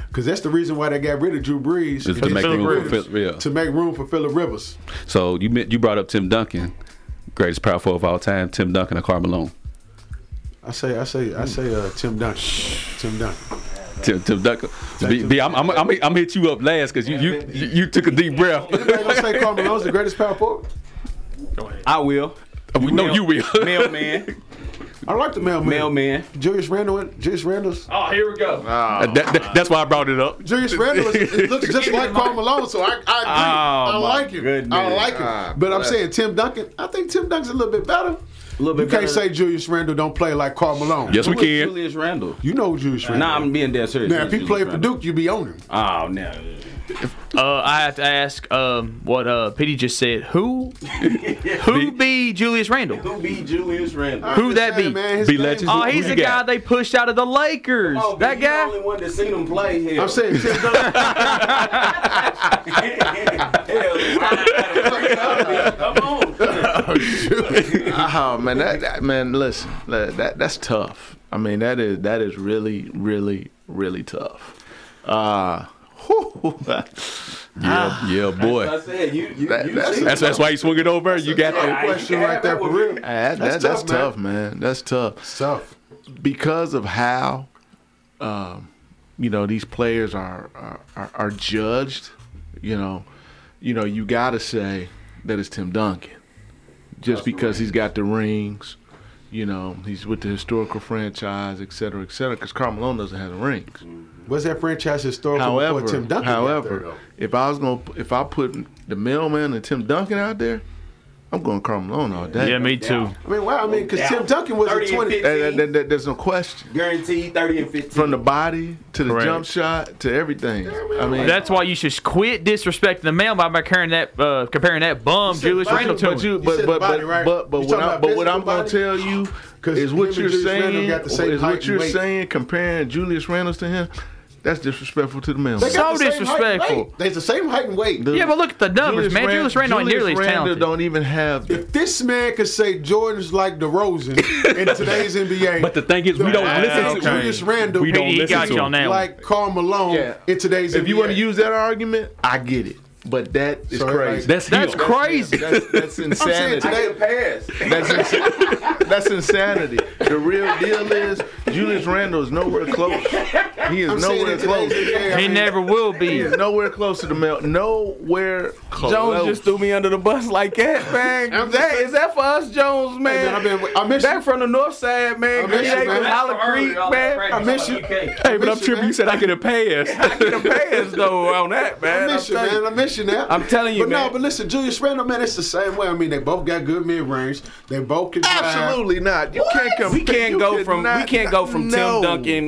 [SPEAKER 2] Because that's the reason why they got rid of Drew Brees
[SPEAKER 1] to
[SPEAKER 2] and just
[SPEAKER 1] make
[SPEAKER 2] Phillip
[SPEAKER 1] room for
[SPEAKER 2] Rivers,
[SPEAKER 1] Phil- yeah.
[SPEAKER 2] to make room for Phillip Rivers.
[SPEAKER 1] So you meant, you brought up Tim Duncan, greatest power forward of all time. Tim Duncan or Karl Malone?
[SPEAKER 2] I say, I say,
[SPEAKER 1] Mm.
[SPEAKER 2] I say, uh, Tim Duncan, Tim Duncan.
[SPEAKER 1] Tim, Tim Duncan. B, B, I'm, I'm, I'm, I'm hit you up last because you, you you you took a deep breath.
[SPEAKER 2] Anybody gonna say Carl Malone's the greatest power forward?
[SPEAKER 4] I will.
[SPEAKER 1] we know you will.
[SPEAKER 4] Mailman.
[SPEAKER 2] I like the mailman.
[SPEAKER 4] Mailman.
[SPEAKER 2] Julius Randle. and- Julius Randle's.
[SPEAKER 3] Oh, here we go.
[SPEAKER 1] That- that- that's why I brought it up.
[SPEAKER 2] Julius Randle is, it looks just like Carl Malone, so I, I, agree. I
[SPEAKER 4] Oh, my
[SPEAKER 2] like him. I
[SPEAKER 4] goodness.
[SPEAKER 2] like him.
[SPEAKER 5] Ah,
[SPEAKER 2] but I'm
[SPEAKER 5] bless.
[SPEAKER 2] saying Tim Duncan. I think Tim Duncan's a little bit better.
[SPEAKER 4] Little bit
[SPEAKER 2] you can't
[SPEAKER 4] better.
[SPEAKER 2] say Julius Randle don't play like Carl Malone.
[SPEAKER 1] Yes, we
[SPEAKER 4] Who is
[SPEAKER 1] can.
[SPEAKER 4] Julius Randle.
[SPEAKER 2] You know Julius Randle.
[SPEAKER 4] Nah, I'm being dead serious.
[SPEAKER 2] Now, if he
[SPEAKER 4] Julius
[SPEAKER 2] played for
[SPEAKER 4] Randle.
[SPEAKER 2] Duke, you'd be on him.
[SPEAKER 4] Oh, no.
[SPEAKER 3] Uh, I have to ask um, what uh, Petey just said. Who who be Julius Randle?
[SPEAKER 4] Who be Julius Randle?
[SPEAKER 3] Who that be?
[SPEAKER 2] his
[SPEAKER 1] Be
[SPEAKER 2] name-
[SPEAKER 1] legends.
[SPEAKER 3] Oh,
[SPEAKER 1] Who
[SPEAKER 3] he's
[SPEAKER 1] you
[SPEAKER 3] the guy
[SPEAKER 1] got?
[SPEAKER 3] they pushed out of the Lakers.
[SPEAKER 4] Oh,
[SPEAKER 3] that
[SPEAKER 4] but you're
[SPEAKER 3] guy.
[SPEAKER 4] The only one that seen him play here.
[SPEAKER 2] I'm saying Tim Duncan.
[SPEAKER 4] Come on.
[SPEAKER 5] Oh man, that, that man, listen, that, that that's tough. I mean, that is that is really, really, really tough. Uh, whew. Ah,
[SPEAKER 1] Yeah, yeah,
[SPEAKER 4] I
[SPEAKER 1] boy.
[SPEAKER 4] said you. you,
[SPEAKER 5] That-
[SPEAKER 4] you
[SPEAKER 5] that's-
[SPEAKER 4] see-
[SPEAKER 1] That's that's why you swung it over. You got
[SPEAKER 2] Good
[SPEAKER 1] the
[SPEAKER 2] question right there for real.
[SPEAKER 5] that,
[SPEAKER 2] That's
[SPEAKER 5] that- that's
[SPEAKER 2] tough, man.
[SPEAKER 5] tough, man. That's tough.
[SPEAKER 2] Tough.
[SPEAKER 5] because of how um, you know these players are are, are, are judged you know you know you got to say that it's Tim Duncan just because he's got the rings you know he's with the historical franchise et cetera et cetera because Karl Malone doesn't have the rings
[SPEAKER 2] Was that franchise historical
[SPEAKER 5] however
[SPEAKER 2] before Tim Duncan? got there,
[SPEAKER 5] however
[SPEAKER 2] though?
[SPEAKER 5] if I was gonna if I put the mailman and Tim Duncan out there I'm going Karl Malone all day
[SPEAKER 3] Yeah, me too.
[SPEAKER 2] I mean, wow. I mean, because Tim Duncan was a
[SPEAKER 4] 30 and
[SPEAKER 2] 20.
[SPEAKER 4] 50.
[SPEAKER 5] And- and- and there's no question
[SPEAKER 4] Guaranteed 30 and 15.
[SPEAKER 5] from the body to the
[SPEAKER 3] Correct.
[SPEAKER 5] jump shot to everything. I mean,
[SPEAKER 3] That's why you should quit disrespecting the man by comparing that uh, comparing that bum
[SPEAKER 2] said
[SPEAKER 3] Julius
[SPEAKER 2] body,
[SPEAKER 3] Randle to
[SPEAKER 5] but
[SPEAKER 3] him.
[SPEAKER 5] you,
[SPEAKER 2] said
[SPEAKER 5] but
[SPEAKER 2] the
[SPEAKER 5] but
[SPEAKER 2] body,
[SPEAKER 5] but,
[SPEAKER 2] right?
[SPEAKER 5] but but
[SPEAKER 2] You
[SPEAKER 5] what
[SPEAKER 2] talking
[SPEAKER 5] I,
[SPEAKER 2] about
[SPEAKER 5] but what I'm
[SPEAKER 2] physical
[SPEAKER 5] gonna
[SPEAKER 2] body?
[SPEAKER 5] tell you
[SPEAKER 2] 'Cause
[SPEAKER 5] is
[SPEAKER 2] him
[SPEAKER 5] what
[SPEAKER 2] and
[SPEAKER 5] you're
[SPEAKER 2] Julius Randle
[SPEAKER 5] saying
[SPEAKER 2] got the same
[SPEAKER 5] is
[SPEAKER 2] height
[SPEAKER 5] what
[SPEAKER 2] and
[SPEAKER 5] you're
[SPEAKER 2] weight.
[SPEAKER 5] saying comparing Julius Randle's to him. That's disrespectful to the man.
[SPEAKER 2] They got
[SPEAKER 3] So
[SPEAKER 2] the same height and
[SPEAKER 3] disrespectful.
[SPEAKER 2] weight. They're the same height and weight.
[SPEAKER 3] Yeah, but look at the numbers, man. Julius Randle ain't nearly as talented.
[SPEAKER 5] don't even have.
[SPEAKER 2] If this man could say Jordan's like DeRozan in today's NBA,
[SPEAKER 1] But the thing is, we don't
[SPEAKER 3] Yeah,
[SPEAKER 1] listen to.
[SPEAKER 3] okay.
[SPEAKER 2] Julius Randle
[SPEAKER 1] We don't
[SPEAKER 3] Petey, he
[SPEAKER 1] listen
[SPEAKER 3] got
[SPEAKER 1] to
[SPEAKER 3] you
[SPEAKER 1] him.
[SPEAKER 3] on that one.
[SPEAKER 2] like Carl Malone
[SPEAKER 5] Yeah.
[SPEAKER 2] in today's NBA.
[SPEAKER 5] If you want to use that argument, I get it, but that is
[SPEAKER 2] So, like,
[SPEAKER 5] crazy.
[SPEAKER 1] That's
[SPEAKER 3] That's
[SPEAKER 1] him.
[SPEAKER 3] crazy.
[SPEAKER 5] That's, that's insanity.
[SPEAKER 2] today-
[SPEAKER 4] pass.
[SPEAKER 5] That's, ins- that's insanity. The real deal is Julius Randle is nowhere close. He is
[SPEAKER 2] I'm saying
[SPEAKER 5] nowhere
[SPEAKER 2] in today's
[SPEAKER 5] close.
[SPEAKER 2] NBA, I
[SPEAKER 3] He
[SPEAKER 2] mean,
[SPEAKER 3] never will
[SPEAKER 5] He
[SPEAKER 3] be.
[SPEAKER 5] is nowhere close to the mail. Nowhere close.
[SPEAKER 4] Jones just threw me under the bus like that,
[SPEAKER 2] I'm
[SPEAKER 4] man.
[SPEAKER 2] just
[SPEAKER 4] that,
[SPEAKER 2] saying-
[SPEAKER 4] is that for us, Jones,
[SPEAKER 2] man,
[SPEAKER 4] man?
[SPEAKER 2] I've been- I miss
[SPEAKER 4] Back
[SPEAKER 2] you.
[SPEAKER 4] from the north side, man.
[SPEAKER 2] I miss
[SPEAKER 4] Green
[SPEAKER 2] you,
[SPEAKER 4] Acres,
[SPEAKER 2] man.
[SPEAKER 4] Hollow Creek, man.
[SPEAKER 2] I miss you.
[SPEAKER 1] Hey, but
[SPEAKER 2] I
[SPEAKER 1] I'm
[SPEAKER 2] miss you,
[SPEAKER 1] tripping.
[SPEAKER 2] man.
[SPEAKER 1] You said I could have passed.
[SPEAKER 4] I get a pass though on that, man.
[SPEAKER 2] I miss
[SPEAKER 4] I'm
[SPEAKER 2] you,
[SPEAKER 4] telling
[SPEAKER 2] man. I miss you now.
[SPEAKER 4] I'm telling you,
[SPEAKER 2] but
[SPEAKER 4] man.
[SPEAKER 2] no, but listen, Julius Randle, man, it's the same way. I mean, they both got good mid range. They both can drive.
[SPEAKER 5] Absolutely not. You can't compare.
[SPEAKER 4] We can't
[SPEAKER 5] you
[SPEAKER 4] go from we
[SPEAKER 5] cannot-
[SPEAKER 4] can't go from
[SPEAKER 5] no.
[SPEAKER 4] Tim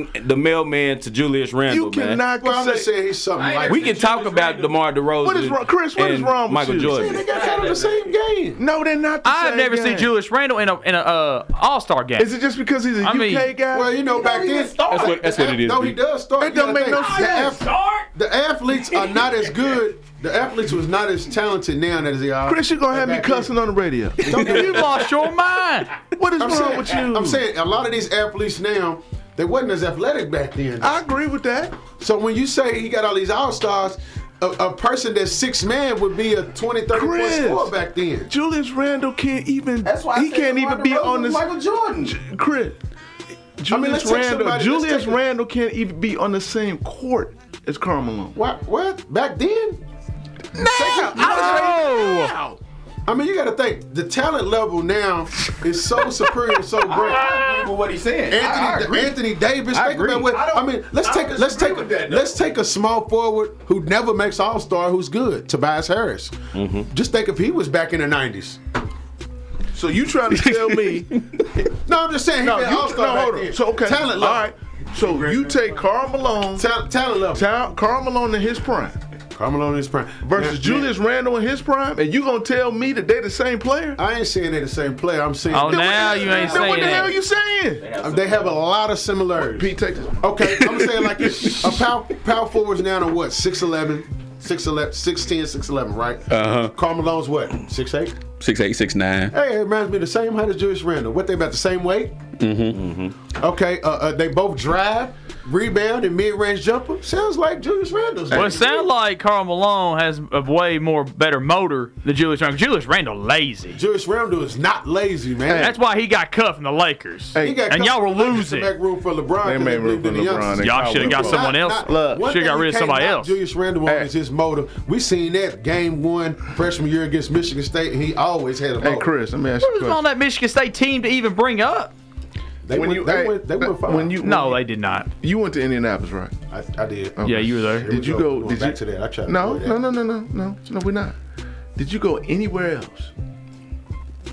[SPEAKER 4] Duncan, the mailman, to Julius Randle,
[SPEAKER 5] You
[SPEAKER 4] man.
[SPEAKER 5] cannot
[SPEAKER 2] Well, I'm
[SPEAKER 5] say.
[SPEAKER 2] just saying he's something like
[SPEAKER 4] we can talk about DeMar DeRozan.
[SPEAKER 5] What is wrong- Chris, what is
[SPEAKER 4] and
[SPEAKER 5] wrong with
[SPEAKER 4] Michael
[SPEAKER 5] you?
[SPEAKER 4] Jordan.
[SPEAKER 2] They got kind of the same game.
[SPEAKER 5] no, they're not. The
[SPEAKER 3] I've
[SPEAKER 5] same
[SPEAKER 3] never
[SPEAKER 5] game.
[SPEAKER 3] seen Julius Randle in a in a uh, All Star game.
[SPEAKER 5] Is it just because he's a
[SPEAKER 3] I
[SPEAKER 5] UK
[SPEAKER 3] mean-
[SPEAKER 5] guy?
[SPEAKER 2] Well, you know, back then.
[SPEAKER 1] That's what, that's what it is.
[SPEAKER 2] No,
[SPEAKER 1] B.
[SPEAKER 2] he does start.
[SPEAKER 5] It don't
[SPEAKER 2] You gotta
[SPEAKER 5] make no
[SPEAKER 2] think, the
[SPEAKER 5] sense.
[SPEAKER 2] ath- The athletes are not as good. The athletes was not as talented now as they are.
[SPEAKER 5] Chris, you're gonna have me
[SPEAKER 2] back then.
[SPEAKER 5] cussing on the radio.
[SPEAKER 3] you lost your mind.
[SPEAKER 5] What is
[SPEAKER 2] I'm
[SPEAKER 5] wrong
[SPEAKER 2] saying,
[SPEAKER 5] with you?
[SPEAKER 2] I'm saying a lot of these athletes now, they wasn't as athletic back then.
[SPEAKER 5] I agree with that.
[SPEAKER 2] so when you say he got all these all stars, a, a person that's six man would be a 20, 30
[SPEAKER 5] Chris.
[SPEAKER 2] point scorer back then.
[SPEAKER 5] Julius Randle can't even.
[SPEAKER 4] That's why I
[SPEAKER 5] he
[SPEAKER 4] said
[SPEAKER 5] can't
[SPEAKER 4] DeMar
[SPEAKER 5] even be
[SPEAKER 4] DeRozan
[SPEAKER 5] on
[SPEAKER 4] was
[SPEAKER 5] this.
[SPEAKER 4] Michael Jordan.
[SPEAKER 5] Chris,
[SPEAKER 2] let's
[SPEAKER 5] Julius
[SPEAKER 2] take
[SPEAKER 5] Randle.
[SPEAKER 2] somebody- let's
[SPEAKER 5] Julius
[SPEAKER 2] take a-
[SPEAKER 5] Randle can't even be on the same court as Karl Malone.
[SPEAKER 2] What? What? Back then?
[SPEAKER 3] No.
[SPEAKER 2] I mean, you got to think the talent level now is so superior, and so great.
[SPEAKER 4] For what he's saying.
[SPEAKER 2] Anthony, Anthony Davis.
[SPEAKER 4] I
[SPEAKER 2] think about
[SPEAKER 4] agree.
[SPEAKER 2] what
[SPEAKER 4] I
[SPEAKER 2] I,
[SPEAKER 4] don't-
[SPEAKER 2] mean. Let's
[SPEAKER 4] I
[SPEAKER 2] take
[SPEAKER 4] don't
[SPEAKER 2] let's take
[SPEAKER 4] disagree with that, though.
[SPEAKER 2] let's take a small forward who never makes All Star, who's good, Tobias Harris. Just think if he was back in the nineties.
[SPEAKER 5] So you trying to tell me?
[SPEAKER 2] No, I'm just saying. He
[SPEAKER 5] no,
[SPEAKER 2] been
[SPEAKER 5] you,
[SPEAKER 2] all-star
[SPEAKER 5] no,
[SPEAKER 2] back
[SPEAKER 5] hold on.
[SPEAKER 2] then.
[SPEAKER 5] So okay,
[SPEAKER 2] talent level.
[SPEAKER 5] All right. So you take Carl Malone,
[SPEAKER 2] Tal- talent level.
[SPEAKER 5] Tal- Carl Malone in his prime
[SPEAKER 2] Carmelo in his prime
[SPEAKER 5] versus
[SPEAKER 2] Now,
[SPEAKER 5] Julius Randle in his prime, and you gonna tell me that they the same player?
[SPEAKER 2] I ain't saying they the same player. I'm saying
[SPEAKER 3] Oh,
[SPEAKER 2] they,
[SPEAKER 3] now you ain't
[SPEAKER 5] Then
[SPEAKER 3] saying
[SPEAKER 5] what the hell
[SPEAKER 3] that.
[SPEAKER 5] are you saying?
[SPEAKER 2] Uh, they have a lot of similarities.
[SPEAKER 5] Pete, take this.
[SPEAKER 2] Okay, I'm gonna say it like this. A power, power forward's now to what? 6'11", 6'11", 6'10", 6'11", right?
[SPEAKER 1] Uh-huh.
[SPEAKER 2] Karl Malone's what? 6'8"?
[SPEAKER 1] Six eight six nine.
[SPEAKER 2] Hey, it reminds me the same height as Julius Randle. What, they about the same weight? Mm-hmm.
[SPEAKER 5] Mm-hmm.
[SPEAKER 2] Okay, uh, uh, they both drive, rebound, and mid-range jumper. Sounds like Julius Randle's.
[SPEAKER 3] Well, it sounds like Carl Malone has a way more better motor than Julius Randle. Julius Randle lazy.
[SPEAKER 2] Julius Randle is not lazy, man.
[SPEAKER 3] That's why he got cut from the Lakers.
[SPEAKER 5] Hey,
[SPEAKER 2] got
[SPEAKER 3] and
[SPEAKER 2] cut
[SPEAKER 3] y'all were
[SPEAKER 2] from the Lakers
[SPEAKER 3] losing.
[SPEAKER 2] to Make room for LeBron. 'cause
[SPEAKER 5] made room
[SPEAKER 2] believed
[SPEAKER 5] for
[SPEAKER 2] in the
[SPEAKER 5] LeBron.
[SPEAKER 2] youngsters.
[SPEAKER 5] They
[SPEAKER 3] Y'all should have got
[SPEAKER 5] Not-
[SPEAKER 3] someone else.
[SPEAKER 2] Not-
[SPEAKER 5] Look.
[SPEAKER 2] one
[SPEAKER 3] Shoulda got
[SPEAKER 2] thing
[SPEAKER 3] rid
[SPEAKER 2] you
[SPEAKER 3] of
[SPEAKER 2] can't
[SPEAKER 3] somebody
[SPEAKER 2] knock
[SPEAKER 3] else.
[SPEAKER 2] Julius Randle on
[SPEAKER 5] Hey.
[SPEAKER 2] is his motive. We seen that game one freshman year against Michigan State, and he always had a motive.
[SPEAKER 5] Hey, Chris, let me ask you a
[SPEAKER 3] What was on
[SPEAKER 5] question.
[SPEAKER 3] that Michigan State team to even bring up?
[SPEAKER 2] they
[SPEAKER 5] When
[SPEAKER 2] went,
[SPEAKER 5] you,
[SPEAKER 2] they
[SPEAKER 5] hey,
[SPEAKER 2] went, they
[SPEAKER 5] that-
[SPEAKER 2] went far.
[SPEAKER 5] when you,
[SPEAKER 3] No, they did not.
[SPEAKER 5] you went to Indianapolis, right?
[SPEAKER 2] I, I did.
[SPEAKER 3] Yeah, you were there.
[SPEAKER 2] Here
[SPEAKER 5] Did
[SPEAKER 2] we
[SPEAKER 5] you go?
[SPEAKER 2] Going
[SPEAKER 5] Did
[SPEAKER 2] back
[SPEAKER 5] you
[SPEAKER 2] to that? I tried to
[SPEAKER 5] No,
[SPEAKER 2] avoid that.
[SPEAKER 5] no, no, no, no, no, no. We're not. Did you go anywhere else?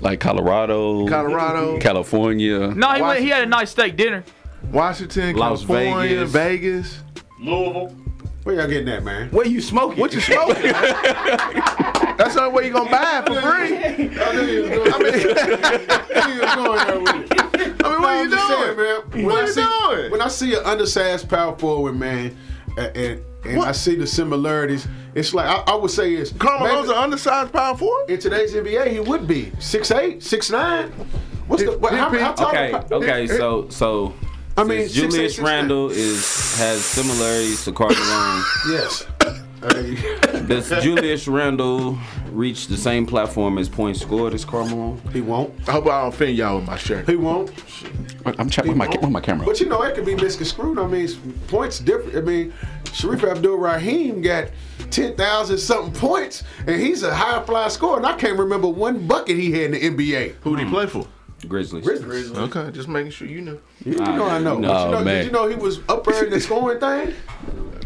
[SPEAKER 1] Like Colorado,
[SPEAKER 5] Colorado,
[SPEAKER 1] California.
[SPEAKER 3] No, he, went,
[SPEAKER 5] Washington.
[SPEAKER 3] he had a nice steak dinner.
[SPEAKER 5] Washington,
[SPEAKER 4] Las
[SPEAKER 5] California,
[SPEAKER 4] Vegas.
[SPEAKER 5] Vegas.
[SPEAKER 2] Where y'all getting that, man?
[SPEAKER 4] Where you smoking?
[SPEAKER 5] What you smoking? man? That's the only way you gonna buy it for free.
[SPEAKER 2] I knew you was going, I mean, I knew you was going there with it.
[SPEAKER 5] I mean, what are
[SPEAKER 2] I'm
[SPEAKER 5] you
[SPEAKER 2] just saying,
[SPEAKER 5] doing,
[SPEAKER 2] man? When
[SPEAKER 5] What
[SPEAKER 2] I
[SPEAKER 5] you
[SPEAKER 2] see,
[SPEAKER 5] doing?
[SPEAKER 2] When I see an undersized power forward, man, a- and and I see the similarities, it's like I, I would say is
[SPEAKER 5] Carl Malone's an undersized power forward.
[SPEAKER 2] in today's NBA, he would be 6'8", 6'9". What's the what,
[SPEAKER 5] Here,
[SPEAKER 2] how,
[SPEAKER 5] Pete.
[SPEAKER 2] how tall?
[SPEAKER 4] Okay, okay, so so
[SPEAKER 2] I mean,
[SPEAKER 4] since
[SPEAKER 2] six, eight,
[SPEAKER 4] Julius
[SPEAKER 2] six, nine.
[SPEAKER 4] Randle is has similarities to Carl Malone.
[SPEAKER 2] Yes.
[SPEAKER 4] Does Julius Randle reach the same platform as points scored as Carl Malone?
[SPEAKER 2] he won't.
[SPEAKER 5] I hope I don't offend y'all with my shirt.
[SPEAKER 2] He won't.
[SPEAKER 1] I'm checking my ca- where my camera.
[SPEAKER 2] But you know, it could be misconstrued. I mean, points different. I mean, Sharif Abdul Rahim got 10,000 something points, and he's a high fly scorer, and I can't remember one bucket he had in the NBA.
[SPEAKER 5] Who do you play for?
[SPEAKER 4] Grizzlies.
[SPEAKER 2] Grizzlies.
[SPEAKER 5] Okay, just making sure you know.
[SPEAKER 2] You know I know.
[SPEAKER 4] no.
[SPEAKER 2] But you know
[SPEAKER 1] Oh, man.
[SPEAKER 2] Did you know he was up there in the scoring thing?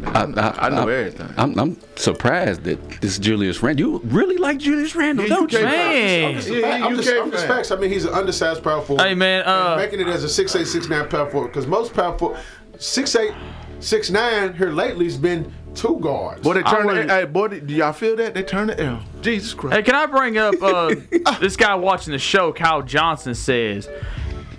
[SPEAKER 1] I, I,
[SPEAKER 5] I
[SPEAKER 1] I'm-
[SPEAKER 5] know everything.
[SPEAKER 1] I'm, I'm surprised that this Julius Randle. You really like Julius Randle,
[SPEAKER 5] Yeah, you
[SPEAKER 1] don't you?
[SPEAKER 5] can't-
[SPEAKER 3] Man.
[SPEAKER 5] Yeah, yeah,
[SPEAKER 2] I'm,
[SPEAKER 5] you
[SPEAKER 2] just,
[SPEAKER 5] can't
[SPEAKER 2] I'm just
[SPEAKER 5] find.
[SPEAKER 2] facts. I mean, he's an undersized power forward.
[SPEAKER 3] Hey, man,
[SPEAKER 2] And
[SPEAKER 3] uh,
[SPEAKER 2] making it as a six eight six nine power forward because most power forward six eight six nine here lately has been two guards.
[SPEAKER 5] Boy, they turn
[SPEAKER 3] wouldn't-
[SPEAKER 5] the, hey, boy, do y'all feel that? They turn the L. Jesus Christ.
[SPEAKER 3] Hey, can I bring up uh, this guy watching the show, Kyle Johnson, says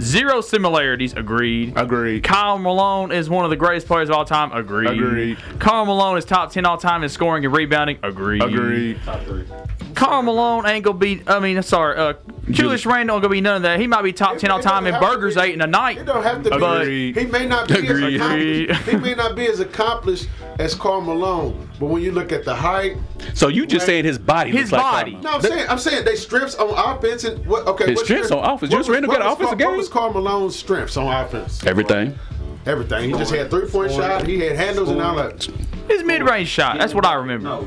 [SPEAKER 3] zero similarities, agreed.
[SPEAKER 5] Agreed.
[SPEAKER 3] Kyle Malone is one of the greatest players of all time, agreed.
[SPEAKER 5] Agreed.
[SPEAKER 3] Carl Malone is top 10 all time in scoring and rebounding, agreed.
[SPEAKER 5] Agreed.
[SPEAKER 3] Carl Malone ain't gonna be. I mean, I'm sorry. Uh, Julius Randle ain't gonna be none of that. He might be top ten all time in burgers eight in a night.
[SPEAKER 2] It don't have to be.
[SPEAKER 3] Agreed.
[SPEAKER 2] He may not be
[SPEAKER 3] Agreed.
[SPEAKER 2] as accomplished.
[SPEAKER 3] Agreed.
[SPEAKER 2] He may not be as accomplished as Carl Malone, but when you look at the height,
[SPEAKER 1] So you just saying his body?
[SPEAKER 3] His
[SPEAKER 1] looks like
[SPEAKER 3] body.
[SPEAKER 1] Carl Malone.
[SPEAKER 2] no, I'm saying I'm saying they strips on offense and what? Okay,
[SPEAKER 1] They
[SPEAKER 2] what
[SPEAKER 1] strengths on offense. Julius
[SPEAKER 2] was-
[SPEAKER 1] Randle
[SPEAKER 2] what
[SPEAKER 1] got
[SPEAKER 2] was
[SPEAKER 1] offense
[SPEAKER 2] Carl-
[SPEAKER 1] again?
[SPEAKER 2] What was Carl Malone's strengths on offense?
[SPEAKER 1] Everything.
[SPEAKER 2] Everything. He just had three point shot. He had handles and all that.
[SPEAKER 3] His mid range shot. That's what I remember.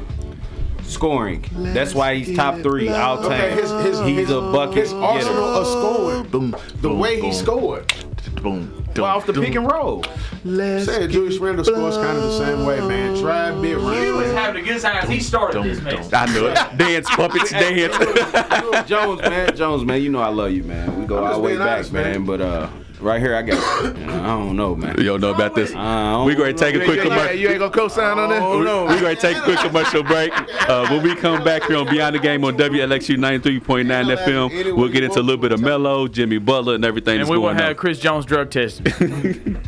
[SPEAKER 4] Scoring. That's why he's top three all time.
[SPEAKER 2] Okay, his, his,
[SPEAKER 4] he's
[SPEAKER 2] his,
[SPEAKER 4] a bucket
[SPEAKER 2] His arsenal
[SPEAKER 4] getter.
[SPEAKER 2] of scoring.
[SPEAKER 5] Boom.
[SPEAKER 2] The
[SPEAKER 5] boom,
[SPEAKER 2] way
[SPEAKER 5] boom,
[SPEAKER 2] he scored.
[SPEAKER 5] Boom.
[SPEAKER 4] Well, off the
[SPEAKER 5] boom.
[SPEAKER 4] pick and roll.
[SPEAKER 5] Let's
[SPEAKER 2] Saying
[SPEAKER 5] get
[SPEAKER 2] Julius Randle scores kind of the same way, man. Try mid range.
[SPEAKER 3] having a good time. He started
[SPEAKER 5] this mess.
[SPEAKER 1] I know it. dance puppets, dance.
[SPEAKER 4] Jones, man, Jones, man, you know I love you, man. We go
[SPEAKER 2] just
[SPEAKER 4] our way
[SPEAKER 2] being
[SPEAKER 4] back,
[SPEAKER 2] honest,
[SPEAKER 4] man.
[SPEAKER 2] man.
[SPEAKER 4] But uh, right here, I got. you know, I don't know, man. Uh,
[SPEAKER 1] you don't know about this.
[SPEAKER 4] I
[SPEAKER 1] We
[SPEAKER 4] don't
[SPEAKER 1] going to take a quick
[SPEAKER 5] You ain't-
[SPEAKER 1] commercial.
[SPEAKER 5] You ain't gonna co-sign on that?
[SPEAKER 1] We- We're going to take a quick commercial break. Uh, when we come back here on Beyond the Game on WLXU 93.9 FM, we'll get into a little bit of Mello, Jimmy Butler, and everything
[SPEAKER 3] And
[SPEAKER 1] that's
[SPEAKER 3] we will
[SPEAKER 1] going
[SPEAKER 3] have
[SPEAKER 1] on.
[SPEAKER 3] Chris Jones drug tested.